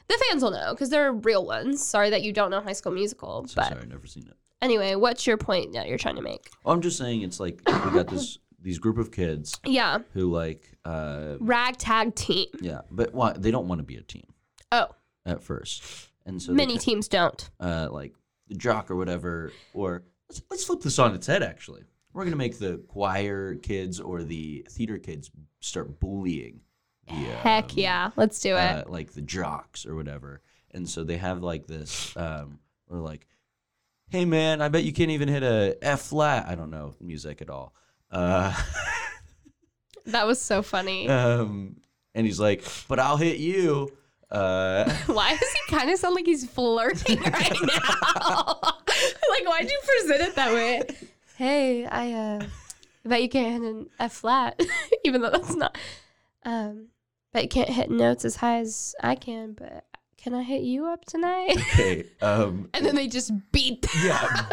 Speaker 2: The fans will know because they're real ones. Sorry that you don't know High School Musical,
Speaker 1: So
Speaker 2: but
Speaker 1: sorry, I've never seen it.
Speaker 2: Anyway, what's your point that you're trying to make?
Speaker 1: Oh, I'm just saying it's like we got this these group of kids
Speaker 2: Yeah,
Speaker 1: who like uh
Speaker 2: ragtag team.
Speaker 1: yeah, but why they don't want to be a team.
Speaker 2: Oh,
Speaker 1: at first, and so they
Speaker 2: many
Speaker 1: ca-
Speaker 2: teams don't.
Speaker 1: uh, like the jock or whatever, or let's, let's flip this on its head. Actually, we're gonna make the choir kids or the theater kids start bullying. The,
Speaker 2: Heck
Speaker 1: um,
Speaker 2: yeah, let's do it.
Speaker 1: uh, like the jocks or whatever, and so they have like this, um, or like, hey man, I bet you can't even hit a F flat. I don't know music at all. Uh,
Speaker 2: that was so funny.
Speaker 1: um, and he's like, but I'll hit you. Uh,
Speaker 2: why does he kind of sound like he's flirting right now? like, why'd you present it that way? Hey, I uh, bet you can't hit an F flat, even though that's not. Um, bet you can't hit notes as high as I can. But can I hit you up tonight?
Speaker 1: okay. Um,
Speaker 2: and then they just beat. Them.
Speaker 1: Yeah,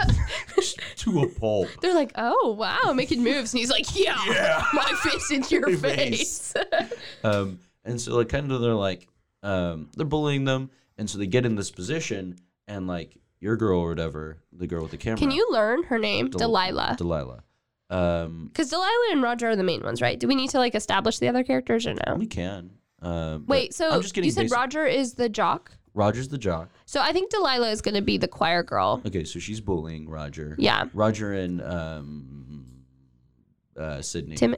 Speaker 1: to a pulp.
Speaker 2: They're like, oh wow, making moves, and he's like, yeah,
Speaker 1: Yeah.
Speaker 2: my face in your
Speaker 1: Your
Speaker 2: face.
Speaker 1: face. Um, and so like kind of they're like um, they're bullying them, and so they get in this position, and like your girl or whatever, the girl with the camera.
Speaker 2: Can you learn her name,
Speaker 1: Del-
Speaker 2: Delilah?
Speaker 1: Delilah. Um,
Speaker 2: Because Delilah and Roger are the main ones, right? Do we need to like establish the other characters or no?
Speaker 1: we can. Um, but
Speaker 2: Wait, so
Speaker 1: I'm just getting
Speaker 2: you said
Speaker 1: basic-
Speaker 2: Roger is the jock.
Speaker 1: Roger's the jock.
Speaker 2: So I think Delilah is going to be the choir girl.
Speaker 1: Okay, so she's bullying Roger.
Speaker 2: Yeah.
Speaker 1: Roger and um, uh, Sydney.
Speaker 2: Tim,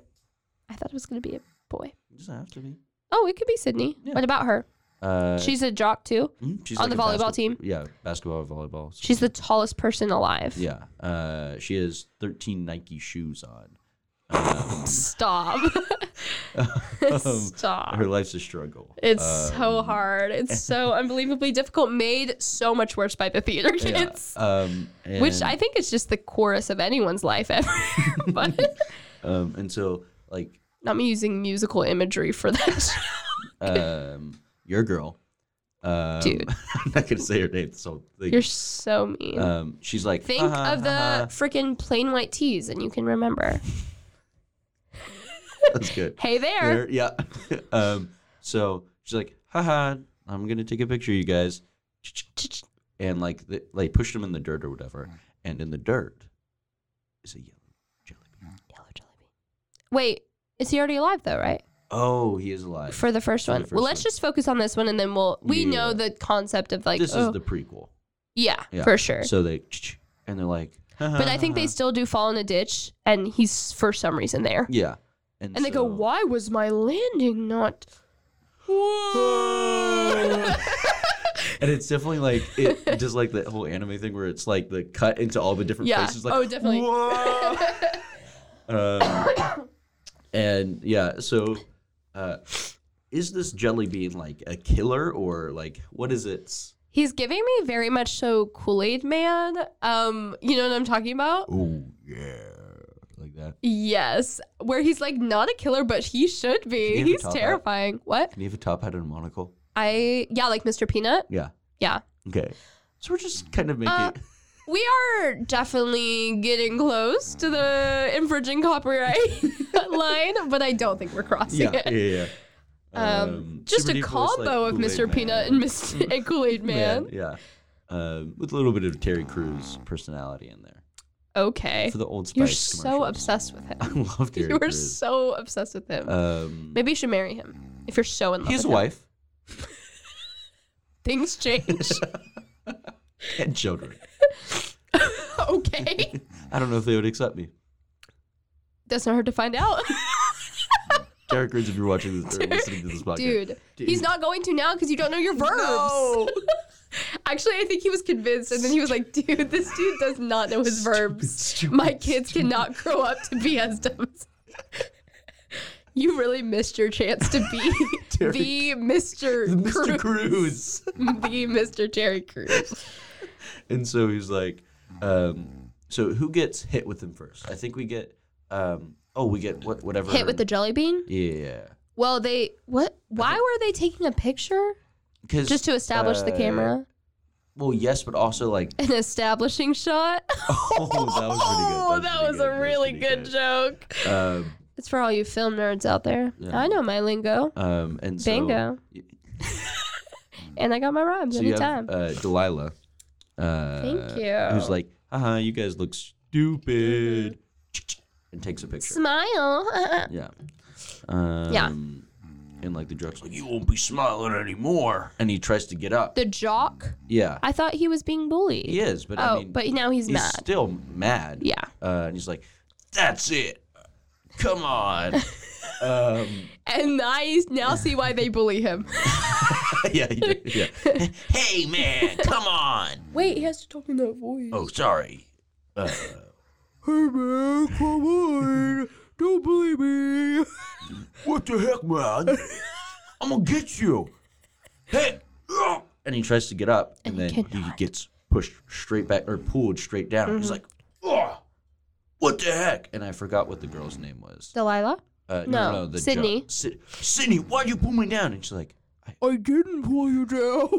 Speaker 2: I thought it was going to be a boy.
Speaker 1: Doesn't have to be.
Speaker 2: Oh, it could be Sydney.
Speaker 1: Yeah.
Speaker 2: What about her?
Speaker 1: Uh,
Speaker 2: She's a jock too.
Speaker 1: mhm, she's
Speaker 2: on the
Speaker 1: a
Speaker 2: volleyball
Speaker 1: basket-
Speaker 2: team.
Speaker 1: Yeah, basketball, volleyball. so-
Speaker 2: She's the tallest person alive.
Speaker 1: yeah. Uh, she has 13 Nike shoes on. Um,
Speaker 2: Stop.
Speaker 1: um,
Speaker 2: Stop.
Speaker 1: her life's a struggle.
Speaker 2: Ah. It's
Speaker 1: Um,
Speaker 2: so hard. It's so unbelievably difficult. Made so much worse by the theater
Speaker 1: yeah,
Speaker 2: kids.
Speaker 1: Um,
Speaker 2: Which
Speaker 1: and-
Speaker 2: I think is just the chorus of anyone's life ever. but
Speaker 1: Um, and so, like,
Speaker 2: not me using musical imagery for that.
Speaker 1: um, your girl. Um,
Speaker 2: Dude.
Speaker 1: I'm not gonna say her name. This whole thing.
Speaker 2: You're so mean.
Speaker 1: um, she's like.
Speaker 2: Think
Speaker 1: "Ha, ha,
Speaker 2: of the
Speaker 1: ha,
Speaker 2: freaking plain white tees and you can remember.
Speaker 1: ha." That's good.
Speaker 2: Hey there.
Speaker 1: There- Yeah. um, so she's like, haha, I'm gonna take a picture of you guys. And like they, like pushed him in the dirt or whatever. And in the dirt is a yellow jelly bean.
Speaker 2: Yellow jelly bean. Wait, is he already alive though, right?
Speaker 1: Oh, he is alive.
Speaker 2: For the first
Speaker 1: For the
Speaker 2: one.
Speaker 1: first
Speaker 2: well, let's
Speaker 1: one.
Speaker 2: just focus on this one and then we'll we know
Speaker 1: Yeah.
Speaker 2: the concept of like
Speaker 1: this
Speaker 2: oh,
Speaker 1: is the prequel.
Speaker 2: yeah,
Speaker 1: Yeah.
Speaker 2: for sure.
Speaker 1: So they and they're like
Speaker 2: but I
Speaker 1: Uh-huh.
Speaker 2: think they still do fall in a ditch and he's for some reason there.
Speaker 1: Yeah.
Speaker 2: And they go,
Speaker 1: so-
Speaker 2: "Why was my landing not?"
Speaker 1: and it's definitely like it just like that whole anime thing where it's like the cut into all the different
Speaker 2: Yeah.
Speaker 1: places like
Speaker 2: Oh, definitely.
Speaker 1: "Whoa!" um, and yeah so uh is this jelly bean like a killer or like what is its
Speaker 2: He's giving me very much so Kool Aid Man. Um, you know what I'm talking about?
Speaker 1: oh yeah like that
Speaker 2: Yes, where he's like not a killer, but he should
Speaker 1: Can
Speaker 2: be.
Speaker 1: you have a
Speaker 2: He's
Speaker 1: top hat?
Speaker 2: terrifying. What?
Speaker 1: can you have a top hat and a monocle
Speaker 2: I yeah, like Mr. Peanut.
Speaker 1: yeah
Speaker 2: Yeah,
Speaker 1: okay so we're just kind of making
Speaker 2: Uh, we are definitely getting close to the infringing copyright line, but I don't think we're crossing
Speaker 1: yeah,
Speaker 2: it.
Speaker 1: yeah yeah
Speaker 2: Um, just
Speaker 1: Super
Speaker 2: a
Speaker 1: Deep Voice, like,
Speaker 2: combo of
Speaker 1: Kool-Aid
Speaker 2: Mr.
Speaker 1: Man.
Speaker 2: Peanut and Mr. and Kool Aid Man.
Speaker 1: yeah um, with a little bit of terry crews personality in there
Speaker 2: Okay.
Speaker 1: for the old spice
Speaker 2: You're so
Speaker 1: commercials.
Speaker 2: obsessed with him.
Speaker 1: i love terry
Speaker 2: You are
Speaker 1: crews
Speaker 2: so obsessed with him.
Speaker 1: um
Speaker 2: Maybe you should marry him if you're so in love.
Speaker 1: he has a
Speaker 2: with him.
Speaker 1: wife
Speaker 2: Things change.
Speaker 1: and children
Speaker 2: okay.
Speaker 1: i don't know if they would accept me
Speaker 2: That's not hard to find out.
Speaker 1: Derek Grins, if you're watching this or listening to this podcast,
Speaker 2: Dude,
Speaker 1: Dude.
Speaker 2: he's not going to now because you don't know your verbs. Actually, I think he was convinced, and then he was like, dude, this dude does not know his verbs.
Speaker 1: stupid,
Speaker 2: My kids cannot grow up to be as dumb as. You really missed your chance to be
Speaker 1: Terry-
Speaker 2: the Mr.
Speaker 1: Mr.
Speaker 2: Cruz.
Speaker 1: Cruz.
Speaker 2: the Mr. Terry Crews.
Speaker 1: And so he's like, um, so who gets hit with him first? I think we get, um, oh, we get what, whatever.
Speaker 2: Hit with the jelly bean?
Speaker 1: Yeah.
Speaker 2: Well, they what? Why were they taking a picture?
Speaker 1: Cause,
Speaker 2: Just to establish the
Speaker 1: uh,
Speaker 2: camera,
Speaker 1: Well, yes, but also like,
Speaker 2: an establishing shot.
Speaker 1: oh, that was pretty good.
Speaker 2: Oh, that was a really good, joke.
Speaker 1: joke. Um,
Speaker 2: It's for all you film nerds out there.
Speaker 1: Yeah.
Speaker 2: I know my lingo,
Speaker 1: um, and so,
Speaker 2: Bingo. and I got my rhymes
Speaker 1: so you
Speaker 2: anytime.
Speaker 1: have uh, Delilah. Uh,
Speaker 2: Thank
Speaker 1: Who's
Speaker 2: you.
Speaker 1: like, haha, you guys look stupid.
Speaker 2: Mm-hmm.
Speaker 1: And takes a picture.
Speaker 2: Smile.
Speaker 1: Yeah. Um,
Speaker 2: Yeah.
Speaker 1: And like the jock's like, you won't be smiling anymore. And he tries to get up.
Speaker 2: the jock.
Speaker 1: yeah.
Speaker 2: I thought he was being bullied.
Speaker 1: he is, but
Speaker 2: oh,
Speaker 1: I mean,
Speaker 2: but now he's,
Speaker 1: he's
Speaker 2: mad.
Speaker 1: still mad.
Speaker 2: Yeah.
Speaker 1: Uh, and he's like, that's it. Come on. um,
Speaker 2: and I now see why they bully him.
Speaker 1: yeah, he did, yeah. hey, man, come on.
Speaker 2: Wait, he has to talk in that voice.
Speaker 1: Oh, sorry. Uh, hey, man, come on. Don't believe me. What the heck, man? I'm going to get you. Hey. ah. And he tries to get up, and,
Speaker 2: And he
Speaker 1: then he, gets pushed straight back or pulled straight down.
Speaker 2: Mm-hmm.
Speaker 1: He's like, oh, what the heck? And I forgot what the girl's name was.
Speaker 2: Delilah?
Speaker 1: Uh,
Speaker 2: No,
Speaker 1: no, the jo-
Speaker 2: Sydney.
Speaker 1: Sy- Sydney, why'd you pull me down? And she's like, I,
Speaker 3: I didn't pull you down.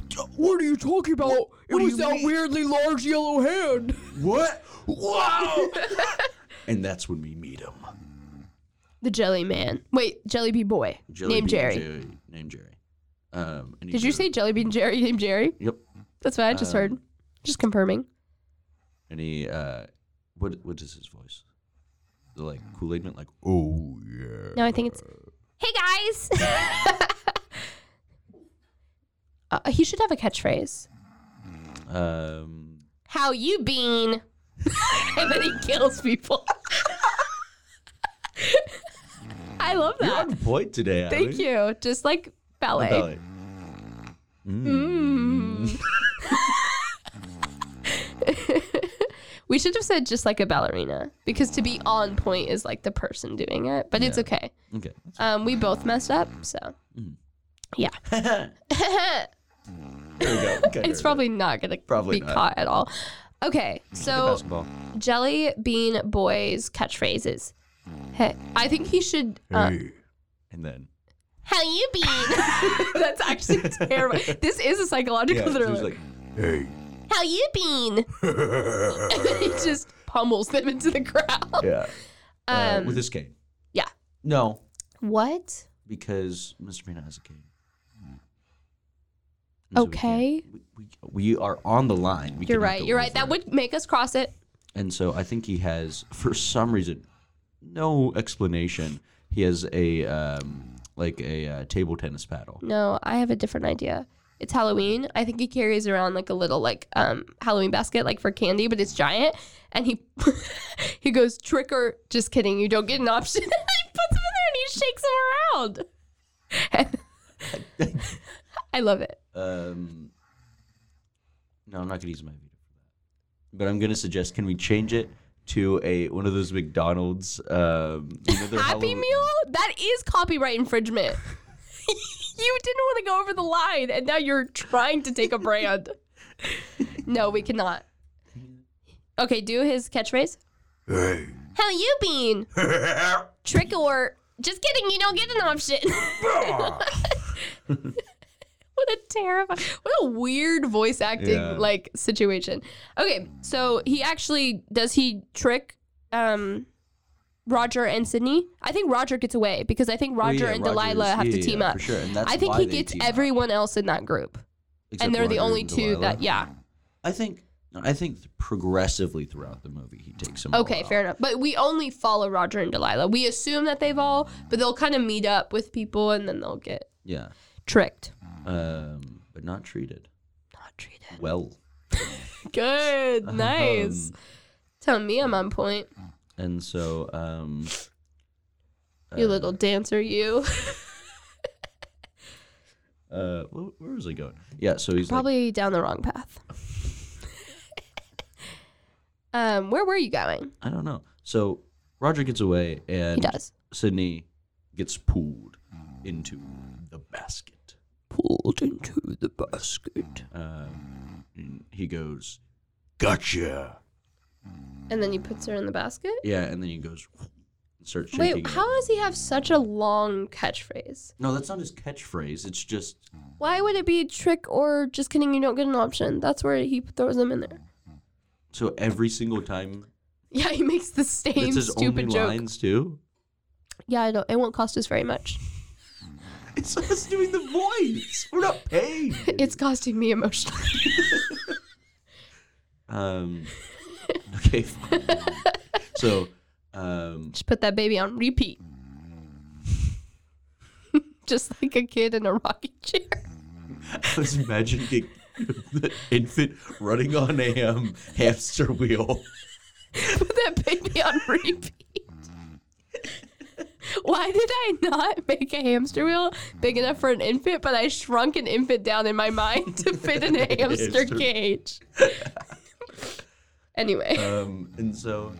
Speaker 3: what are you talking about? it
Speaker 1: do
Speaker 3: was
Speaker 1: you
Speaker 3: that
Speaker 1: mean?
Speaker 3: weirdly large yellow hand.
Speaker 1: what? Wow. and that's when we meet him.
Speaker 2: The Jelly Man. Wait, Jelly Bee Boy. named
Speaker 1: Bean
Speaker 2: Jerry.
Speaker 1: Named Jerry. Um, and he
Speaker 2: Did you
Speaker 1: goes-
Speaker 2: say Jelly Bean Jerry named Jerry?
Speaker 1: Yep.
Speaker 2: That's what I just
Speaker 1: Um,
Speaker 2: heard. Just confirming.
Speaker 1: And he, uh, what what is his voice? The, like Kool Aid Man, like oh yeah.
Speaker 2: No, I think it's Hey guys. Uh, he should have a catchphrase.
Speaker 1: Um,
Speaker 2: How you been? and then he kills people. I love
Speaker 1: you're
Speaker 2: that.
Speaker 1: on point today.
Speaker 2: Thank you. Just like ballet.
Speaker 1: Belly. Mm.
Speaker 2: Hmm. We should have said just like a ballerina because to be on point is like the person doing it, but it's okay.
Speaker 1: Okay.
Speaker 2: Um, we both messed up, so yeah.
Speaker 1: There we go. Okay, there we
Speaker 2: it's
Speaker 1: go.
Speaker 2: probably not gonna
Speaker 1: Probably
Speaker 2: be
Speaker 1: not.
Speaker 2: caught at all. Okay, so
Speaker 1: basketball.
Speaker 2: Jelly Bean Boy's catchphrases. Hey, I think he should. Uh,
Speaker 1: And then
Speaker 2: How you been? That's actually terrible. This is a psychological
Speaker 1: yeah, so
Speaker 2: thriller.
Speaker 1: he's like,
Speaker 4: Hey.
Speaker 2: How you been? he just pummels them into the ground.
Speaker 1: yeah, uh,
Speaker 2: Um,
Speaker 1: with his cane.
Speaker 2: yeah.
Speaker 1: No,
Speaker 2: What?
Speaker 1: because Mr. Peanut has a cane.
Speaker 2: Okay.
Speaker 1: We, we, we are on the line. We
Speaker 2: You're
Speaker 1: cannot
Speaker 2: right.
Speaker 1: go
Speaker 2: You're right.
Speaker 1: over
Speaker 2: That
Speaker 1: it.
Speaker 2: would make us cross it.
Speaker 1: And so I think he has, for some reason, no explanation. He has a um, like a uh, table tennis paddle.
Speaker 2: No, I have a different idea. It's Halloween. I think he carries around like a little like um Halloween basket like for candy, but it's giant. And he he goes trick or just kidding. You don't get an option. and he puts him in there and he shakes him around. I love it.
Speaker 1: Um, no, I'm not gonna use my veto for that. But I'm gonna suggest: can we change it to a one of those McDonald's? Um, you know, their
Speaker 2: Happy
Speaker 1: Hallow-
Speaker 2: Meal? That is copyright infringement. you didn't want to go over the line, and now you're trying to take a brand. no, we cannot. Okay, do his catchphrase.
Speaker 4: Hey.
Speaker 2: How you been? Trick or just kidding? You don't get an option. what a terrifying, what a weird voice acting
Speaker 1: Yeah.
Speaker 2: like situation. Okay, so he actually does he trick um Roger and Sydney? I think Roger gets away because I think
Speaker 1: Oh,
Speaker 2: Roger
Speaker 1: yeah,
Speaker 2: and
Speaker 1: Roger
Speaker 2: Delilah
Speaker 1: is-
Speaker 2: have to
Speaker 1: yeah,
Speaker 2: team
Speaker 1: yeah,
Speaker 2: up.
Speaker 1: For sure, and that's
Speaker 2: I think
Speaker 1: why
Speaker 2: he
Speaker 1: they
Speaker 2: gets
Speaker 1: team up.
Speaker 2: everyone else in that group,
Speaker 1: Except
Speaker 2: and they're the
Speaker 1: Roger
Speaker 2: only
Speaker 1: and
Speaker 2: two
Speaker 1: Delilah.
Speaker 2: that yeah.
Speaker 1: I think I think progressively throughout the movie he takes them. all
Speaker 2: Okay,
Speaker 1: out.
Speaker 2: fair enough. But we only follow Roger and Delilah. We assume that they've all, but they'll kind of meet up with people and then they'll get
Speaker 1: Yeah,
Speaker 2: tricked.
Speaker 1: um, but not treated
Speaker 2: Not treated.
Speaker 1: well.
Speaker 2: Good, nice.
Speaker 1: Um,
Speaker 2: Tell me I'm on point.
Speaker 1: and so, um,
Speaker 2: You little dancer, you.
Speaker 1: uh, wh- where was I going? Yeah, so he's like,
Speaker 2: Probably down the wrong path. um, where were you going?
Speaker 1: I don't know. So Roger gets away, and
Speaker 2: He does.
Speaker 1: Sydney gets pulled into the basket.
Speaker 2: Pulled into the basket.
Speaker 1: Um, and he goes,
Speaker 4: Gotcha.
Speaker 2: And then he puts her in the basket?
Speaker 1: yeah, and then he goes, and starts shaking.
Speaker 2: Wait,
Speaker 1: it.
Speaker 2: how does he have such a long catchphrase?
Speaker 1: No, that's not his catchphrase. It's just
Speaker 2: Why would it be trick or just kidding? You don't get an option. That's where he throws them in there.
Speaker 1: so every single time.
Speaker 2: Yeah, he makes the same
Speaker 1: That's his
Speaker 2: stupid
Speaker 1: only
Speaker 2: joke.
Speaker 1: lines too.
Speaker 2: Yeah, I don't. It won't cost us very much.
Speaker 1: It's us doing the voice. We're not paid.
Speaker 2: It's costing me emotionally.
Speaker 1: Um. Okay. Fine. so, um,
Speaker 2: Just put that baby on repeat. Just like a kid in a rocking chair.
Speaker 1: Let's imagine the, the infant running on a um, hamster wheel.
Speaker 2: Put that baby on repeat. Why did I not make a hamster wheel big enough for an infant, but I shrunk an infant down in my mind to fit in a hamster
Speaker 1: Hamster.
Speaker 2: cage? anyway,
Speaker 1: Um, and so,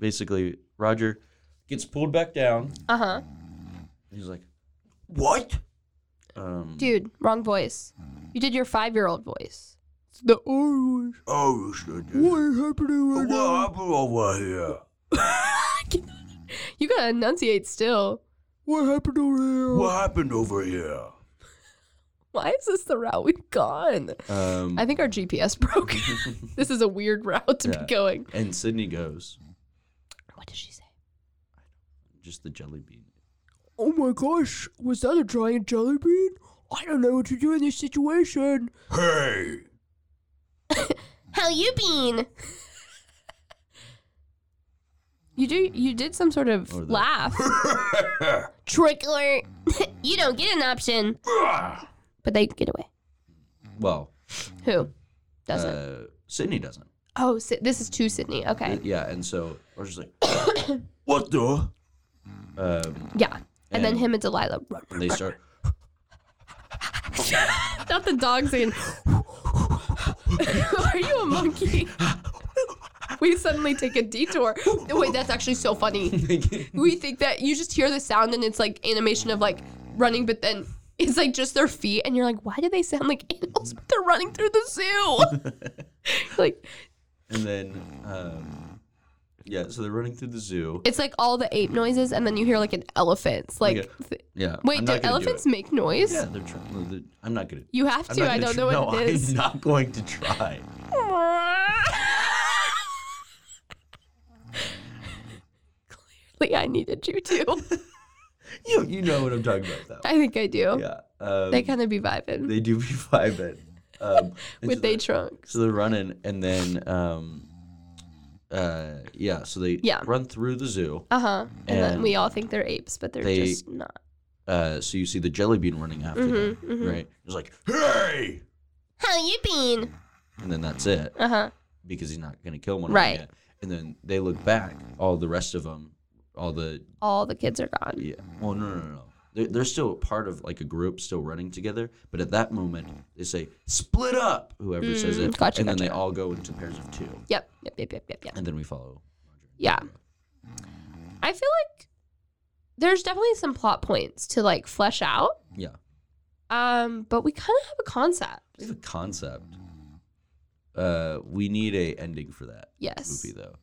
Speaker 1: basically, Roger gets pulled back down.
Speaker 2: uh huh.
Speaker 1: He's like,
Speaker 4: What?
Speaker 1: um,
Speaker 2: Dude, wrong voice. You did your five year old voice.
Speaker 5: The orange.
Speaker 4: Oh, it's not that.
Speaker 5: What is happening right now?
Speaker 4: What happened over here?
Speaker 2: You gotta enunciate still.
Speaker 5: What happened over here?
Speaker 4: What happened over here?
Speaker 2: Why is this the route we've gone?
Speaker 1: um,
Speaker 2: I think our GPS broke. this is a weird route to
Speaker 1: Yeah.
Speaker 2: be going.
Speaker 1: and Sydney goes,
Speaker 2: What did she say?
Speaker 1: just the jelly bean.
Speaker 5: Oh my gosh, was that a giant jelly bean? I don't know what to do in this situation.
Speaker 4: Hey.
Speaker 2: How you been? you do you did some sort of
Speaker 1: Or the-
Speaker 2: laugh. Trickler. you don't get an option. But they get away.
Speaker 1: Well,
Speaker 2: Who doesn't?
Speaker 1: uh, Sydney doesn't.
Speaker 2: oh, Sy- this is to Sydney. Okay.
Speaker 1: Yeah, and so I was just like,
Speaker 4: What the?
Speaker 1: um,
Speaker 2: Yeah. And, then
Speaker 1: And-
Speaker 2: him and Delilah. run.
Speaker 1: and they start.
Speaker 2: Not the dogs in. Are you a monkey? We suddenly take a detour. Wait, that's actually so funny. We think that you just hear the sound and it's like animation of like running, but then it's like just their feet, and you're like, why do they sound like animals? But they're running through the zoo. like
Speaker 1: and then, um, yeah, so they're running through the zoo.
Speaker 2: it's like all the ape noises, and then you hear like an elephant's like.
Speaker 1: Okay.
Speaker 2: th-
Speaker 1: Yeah.
Speaker 2: Wait,
Speaker 1: I'm
Speaker 2: do
Speaker 1: not gonna do
Speaker 2: elephants
Speaker 1: it.
Speaker 2: make noise?
Speaker 1: Yeah, they're trying. They're, I'm not gonna.
Speaker 2: You have
Speaker 1: I'm
Speaker 2: to.
Speaker 1: not
Speaker 2: I
Speaker 1: gonna
Speaker 2: don't
Speaker 1: tr-
Speaker 2: know what
Speaker 1: no,
Speaker 2: it is.
Speaker 1: I'm not going to try.
Speaker 2: Clearly, I needed you to.
Speaker 1: You you know what I'm talking about though.
Speaker 2: I think I do.
Speaker 1: Yeah. Um,
Speaker 2: They kind of be vibing
Speaker 1: they do be vibing. Um, and so
Speaker 2: with they
Speaker 1: they're-
Speaker 2: trunks.
Speaker 1: So they're running, and then um, uh, yeah. So they
Speaker 2: Yeah.
Speaker 1: run through the zoo.
Speaker 2: Uh huh. And, then
Speaker 1: And
Speaker 2: we all think they're apes, but they're
Speaker 1: they-
Speaker 2: just not.
Speaker 1: Uh, so you see the jelly bean running after
Speaker 2: Mm-hmm,
Speaker 1: them, right? It's like,
Speaker 4: Hey!
Speaker 2: How you been?
Speaker 1: and then that's it
Speaker 2: Uh huh.
Speaker 1: because he's not gonna kill one.
Speaker 2: Right.
Speaker 1: Of them yet. And then they look back. All the rest of them, all the
Speaker 2: All the kids are gone.
Speaker 1: yeah. Well, no, no, no, no. They're, they're still part of like a group, still running together. But at that moment, they say, "Split up!" Whoever says it,
Speaker 2: Mm, gotcha,
Speaker 1: and then they
Speaker 2: gotcha.
Speaker 1: all go into pairs of two,
Speaker 2: Yep. Yep. Yep. Yep. Yep. Yep.
Speaker 1: and then we follow.
Speaker 2: Yeah. I feel like there's definitely some plot points to like flesh out.
Speaker 1: Yeah.
Speaker 2: Um, but we kind of have a concept.
Speaker 1: We have a concept. Uh, we need a ending for that
Speaker 2: Yes.
Speaker 1: movie though.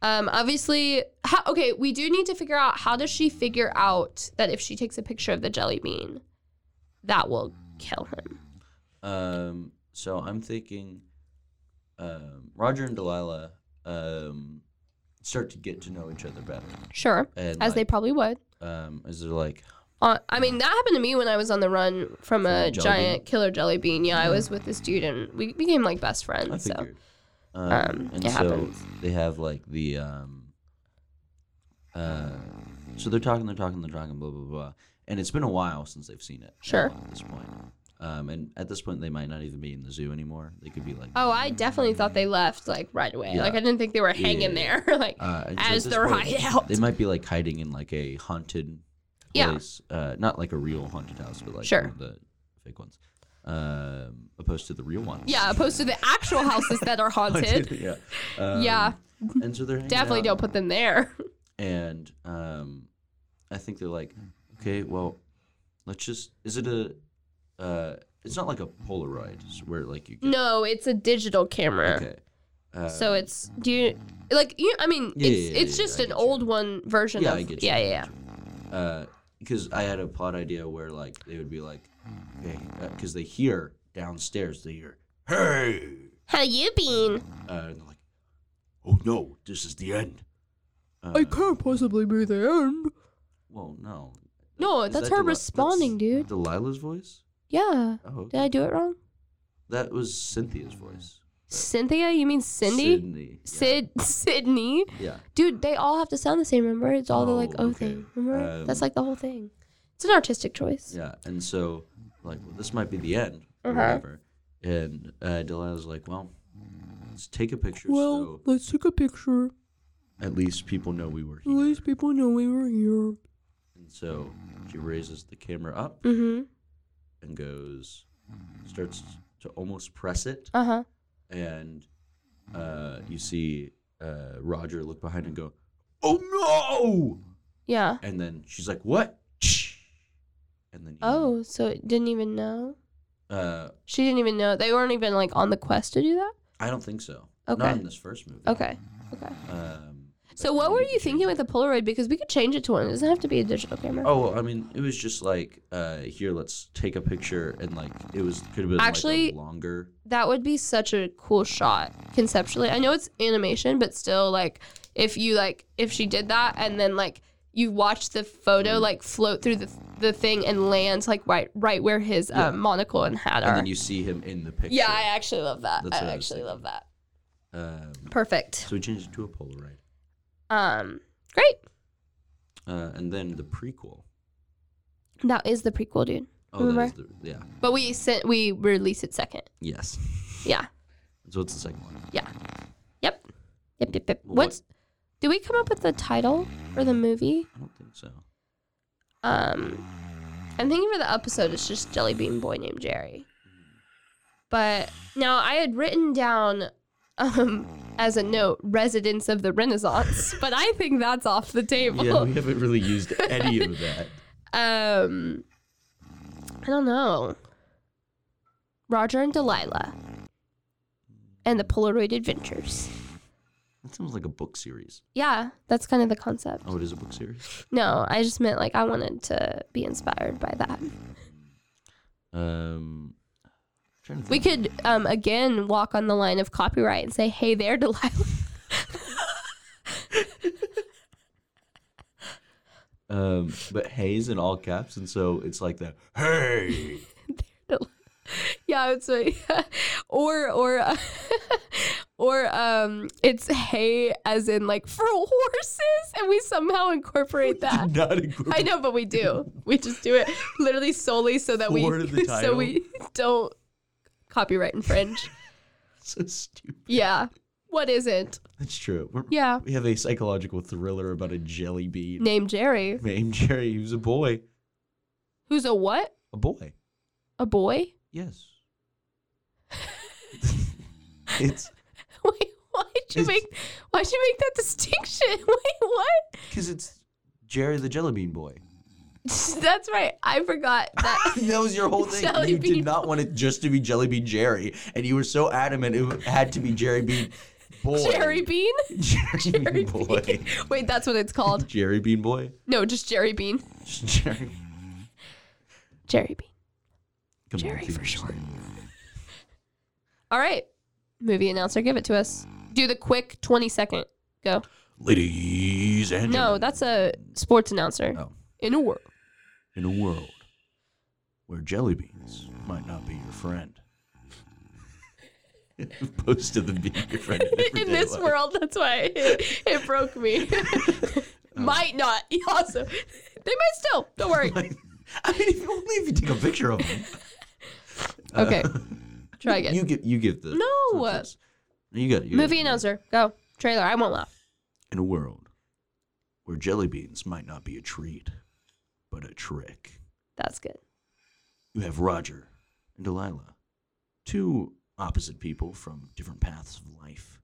Speaker 2: Um, obviously, how, okay, we do need to figure out how does she figure out that if she takes a picture of the jelly bean, that will kill him.
Speaker 1: Um, so I'm thinking, um, Roger and Delilah um, start to get to know each other better.
Speaker 2: Sure,
Speaker 1: And,
Speaker 2: as they
Speaker 1: like-
Speaker 2: probably would.
Speaker 1: Um, as they're like,
Speaker 2: Uh, I mean, that happened to me when I was on the run from a
Speaker 1: a jelly Mm-hmm.
Speaker 2: giant killer jelly bean. Yeah, I was with this dude, and we became like best friends.
Speaker 1: I
Speaker 2: so
Speaker 1: figured. Um,
Speaker 2: um,
Speaker 1: and
Speaker 2: it
Speaker 1: so
Speaker 2: happens.
Speaker 1: they have like the um, uh, so they're talking, they're talking, they're talking, blah blah blah. And it's been a while since they've seen it.
Speaker 2: Sure.
Speaker 1: At this point, um, and at this point, they might not even be in the zoo anymore. They could be like
Speaker 2: oh, I definitely thought they left like right away.
Speaker 1: Yeah.
Speaker 2: Like I didn't think they were hanging
Speaker 1: Yeah.
Speaker 2: there like
Speaker 1: Uh, and so at
Speaker 2: as
Speaker 1: this
Speaker 2: their
Speaker 1: point,
Speaker 2: hideout.
Speaker 1: They might be like hiding in like a haunted
Speaker 2: Yeah.
Speaker 1: place. Uh, not like a real haunted house, but like
Speaker 2: Sure.
Speaker 1: one of the fake ones. Um, opposed to the real ones.
Speaker 2: yeah, opposed to the actual houses that are haunted.
Speaker 1: yeah.
Speaker 2: yeah,
Speaker 1: Um, And so they're hanging
Speaker 2: definitely
Speaker 1: out,
Speaker 2: don't put them there.
Speaker 1: And um, I think they're like, okay, well, let's just. Is it a? Uh, it's not like a Polaroid s- where like you. Get,
Speaker 2: No, it's a digital camera.
Speaker 1: Okay. Uh,
Speaker 2: So it's do you like you? I mean,
Speaker 1: Yeah,
Speaker 2: it's
Speaker 1: yeah, yeah,
Speaker 2: it's
Speaker 1: yeah,
Speaker 2: just
Speaker 1: I
Speaker 2: an
Speaker 1: get you.
Speaker 2: old one version
Speaker 1: Yeah,
Speaker 2: of
Speaker 1: I get you,
Speaker 2: yeah,
Speaker 1: I
Speaker 2: yeah, yeah.
Speaker 1: because I had a plot idea where like they would be like, okay, because they hear downstairs, they hear,
Speaker 4: Hey!
Speaker 2: How you been?
Speaker 1: uh, and they're like,
Speaker 4: Oh no, this is the end.
Speaker 6: I can't possibly be the end.
Speaker 1: Uh, well, no.
Speaker 2: No,
Speaker 1: Is
Speaker 2: Oh, that's
Speaker 1: that
Speaker 2: her
Speaker 1: Deli-
Speaker 2: responding, dude.
Speaker 1: that's Delilah's voice?
Speaker 2: Yeah.
Speaker 1: Oh, okay.
Speaker 2: Did I do it wrong?
Speaker 1: that was Cynthia's voice.
Speaker 2: Cynthia? You mean Cindy?
Speaker 1: Sydney.
Speaker 2: Sid Sydney?
Speaker 1: Yeah. yeah.
Speaker 2: Dude, they all have to sound the same. Remember? It's all the like
Speaker 1: Oh,
Speaker 2: O
Speaker 1: okay.
Speaker 2: thing. Remember? that's
Speaker 1: Um,
Speaker 2: like the whole thing. It's an artistic choice.
Speaker 1: Yeah, and so like well, this might be the end or
Speaker 2: Uh-huh.
Speaker 1: whatever. And uh, Delilah's like, well, let's take a picture
Speaker 6: Well,
Speaker 1: so
Speaker 6: let's take a picture. At
Speaker 1: at least people know we were here.
Speaker 6: least people know we were here.
Speaker 1: And so she raises the camera up
Speaker 2: Mm-hmm.
Speaker 1: and goes, starts to almost press it,
Speaker 2: Uh huh.
Speaker 1: and uh, you see uh, Roger look behind and go,
Speaker 4: Oh no!
Speaker 2: Yeah.
Speaker 1: and then she's like, what? And then you-
Speaker 2: Oh, so it didn't even know.
Speaker 1: uh,
Speaker 2: She didn't even know. They weren't even like on the quest to do that.
Speaker 1: I don't think so.
Speaker 2: Okay.
Speaker 1: Not in this first movie.
Speaker 2: Okay. Okay.
Speaker 1: Um,
Speaker 2: So
Speaker 1: but
Speaker 2: what were you
Speaker 1: could change
Speaker 2: thinking with the Polaroid? Because we could change it to one. It doesn't have to be a digital camera.
Speaker 1: Oh, well, I mean, it was just like, uh, here, let's take a picture, and like, it was could have been
Speaker 2: Actually-
Speaker 1: like, a longer.
Speaker 2: That would be such a cool shot conceptually. I know it's animation, but still, like, if you like, if she did that and then like you watch the
Speaker 1: Mm-hmm.
Speaker 2: photo like float through the the thing and land like right right where his uh, monocle and hat
Speaker 1: And
Speaker 2: are.
Speaker 1: then you see him in the picture.
Speaker 2: yeah, I actually love that.
Speaker 1: That's
Speaker 2: I
Speaker 1: what I was
Speaker 2: actually love that.
Speaker 1: Um,
Speaker 2: Perfect.
Speaker 1: so we changed it to a Polaroid,
Speaker 2: Um, great.
Speaker 1: uh, and then the prequel.
Speaker 2: That is the prequel, dude.
Speaker 1: Oh, that is
Speaker 2: Remember?
Speaker 1: the, yeah.
Speaker 2: But we sent we release it second.
Speaker 1: Yes.
Speaker 2: Yeah.
Speaker 1: So what's the second one?
Speaker 2: Yeah. Yep. Yep. Yep. Yep.
Speaker 1: Well,
Speaker 2: What's did we come up with the title for the movie?
Speaker 1: I don't think so.
Speaker 2: Um, I'm thinking for the episode, it's just Jellybean Boy named Jerry. But now I had written down um, as a note, residents of the Renaissance, but I think that's off the table.
Speaker 1: Yeah, we haven't really used any of that.
Speaker 2: Um, I don't know. Roger and Delilah and the Polaroid Adventures.
Speaker 1: That sounds like a book series.
Speaker 2: Yeah, that's kind of the concept.
Speaker 1: Oh, it is a book series.
Speaker 2: No, I just meant like I wanted to be inspired by that.
Speaker 1: Um, I'm trying to
Speaker 2: We
Speaker 1: think.
Speaker 2: could um, again walk on the line of copyright and say, "Hey there, Delilah."
Speaker 1: Um, but Hayes in all caps, and so it's like that.
Speaker 4: Hey,
Speaker 2: yeah, it's a, or or uh, or um, it's hey as in like for horses, and we somehow incorporate that.
Speaker 1: Not incorporate
Speaker 2: I know, but we do. We just do it literally solely so that we
Speaker 1: For the
Speaker 2: so
Speaker 1: title.
Speaker 2: we don't copyright infringe.
Speaker 1: So stupid.
Speaker 2: yeah, what isn't
Speaker 1: That's true. We're,
Speaker 2: Yeah.
Speaker 1: We have a psychological thriller about a jelly bean
Speaker 2: named Jerry,
Speaker 1: named Jerry, who's a boy.
Speaker 2: who's a what?
Speaker 1: A boy.
Speaker 2: A boy?
Speaker 1: Yes. it's
Speaker 2: Wait, why'd you
Speaker 1: It's-
Speaker 2: make why'd you make that distinction? Wait, what?
Speaker 1: because it's Jerry the jelly bean boy.
Speaker 2: That's right. I forgot that.
Speaker 1: That was your whole thing.
Speaker 2: Jelly
Speaker 1: you
Speaker 2: bean
Speaker 1: did not want it just to be Jelly Bean Jerry, and you were so adamant it had to be Jerry Bean Boy.
Speaker 2: Jerry Bean?
Speaker 1: Jerry,
Speaker 2: Jerry
Speaker 1: Bean Boy.
Speaker 2: Bean. Wait, that's what it's called.
Speaker 1: Jerry Bean Boy.
Speaker 2: No, just Jerry Bean.
Speaker 1: Just Jerry.
Speaker 2: Jerry Bean.
Speaker 1: Come
Speaker 2: Jerry
Speaker 1: dude,
Speaker 2: for
Speaker 1: just
Speaker 2: short.
Speaker 1: like-
Speaker 2: All right. Movie announcer, give it to us. Do the quick 20 second. Go.
Speaker 4: ladies and
Speaker 2: No, that's a sports announcer.
Speaker 1: Oh.
Speaker 2: In a world.
Speaker 1: In a world where jelly beans might not be your friend. Opposed to them being your friend.
Speaker 2: In
Speaker 1: everyday
Speaker 2: this
Speaker 1: life.
Speaker 2: world, that's why it, it broke me.
Speaker 1: Oh.
Speaker 2: Might not. Also, they might still. Don't worry.
Speaker 1: Like, I mean, if, only if you take a picture of them.
Speaker 2: Okay. Try again.
Speaker 1: You give, you give the.
Speaker 2: No.
Speaker 1: synopsis. You got it. you got it.
Speaker 2: Movie announcer, go. Trailer, I won't laugh.
Speaker 1: in a world where jelly beans might not be a treat, but a trick.
Speaker 2: That's good.
Speaker 1: You have Roger and Delilah, two opposite people from different paths of life,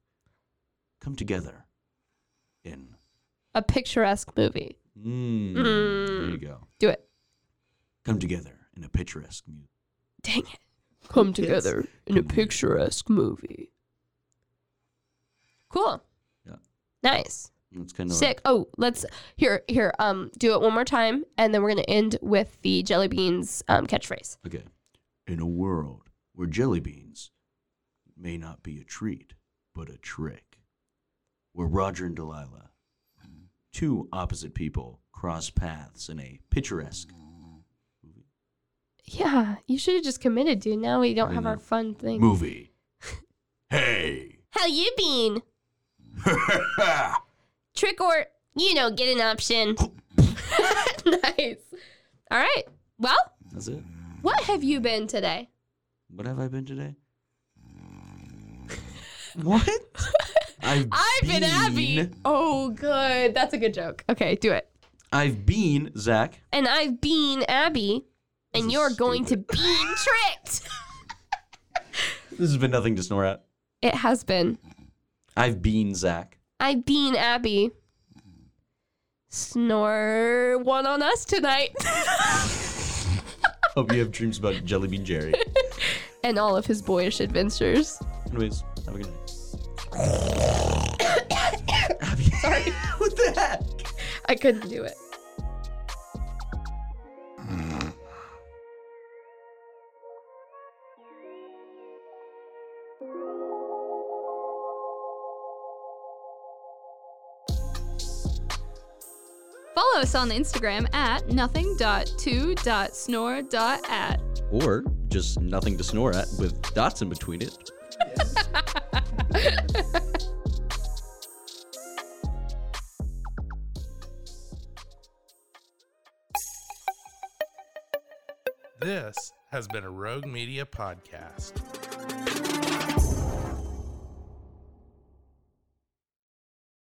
Speaker 1: come together in.
Speaker 2: A picturesque movie.
Speaker 1: Mm, There you go.
Speaker 2: Do it.
Speaker 1: Come together in a picturesque mu-
Speaker 2: Dang it. Come together in a picturesque movie. Cool.
Speaker 1: Yeah.
Speaker 2: Nice.
Speaker 1: That's kind of
Speaker 2: Sick. Oh, let's here here um do it one more time and then we're going to end with the jelly beans um catchphrase.
Speaker 1: Like, okay. In a world where jelly beans may not be a treat, but a trick, where Roger and Delilah, two opposite people, cross paths in a picturesque.
Speaker 2: Yeah, you should have just committed, dude. Now we don't
Speaker 1: I
Speaker 2: have our
Speaker 1: know.
Speaker 2: fun thing.
Speaker 4: movie. hey,
Speaker 2: How you been? Trick or, you know, get an option. nice. All right. Well,
Speaker 1: That's it.
Speaker 2: what have you been today?
Speaker 1: What have I been today? what? I've,
Speaker 2: I've been Abby. Oh, good. That's a good joke. Okay, do it.
Speaker 1: I've been Zach.
Speaker 2: And I've been Abby, and
Speaker 1: This is
Speaker 2: you're going to be tricked.
Speaker 1: This has been nothing to snore at.
Speaker 2: It has been.
Speaker 1: I've been Zach.
Speaker 2: I've been Abby. Snore one on us tonight.
Speaker 1: Hope you have dreams about Jelly Bean Jerry.
Speaker 2: and all of his boyish adventures.
Speaker 1: Anyways, have a good night. Abby. Sorry. what the heck?
Speaker 2: I couldn't do it.
Speaker 7: Follow us on Instagram at nothing.2.snore.at.
Speaker 1: Or just nothing to snore at with dots in between it.
Speaker 8: This has been a Rogue Media podcast.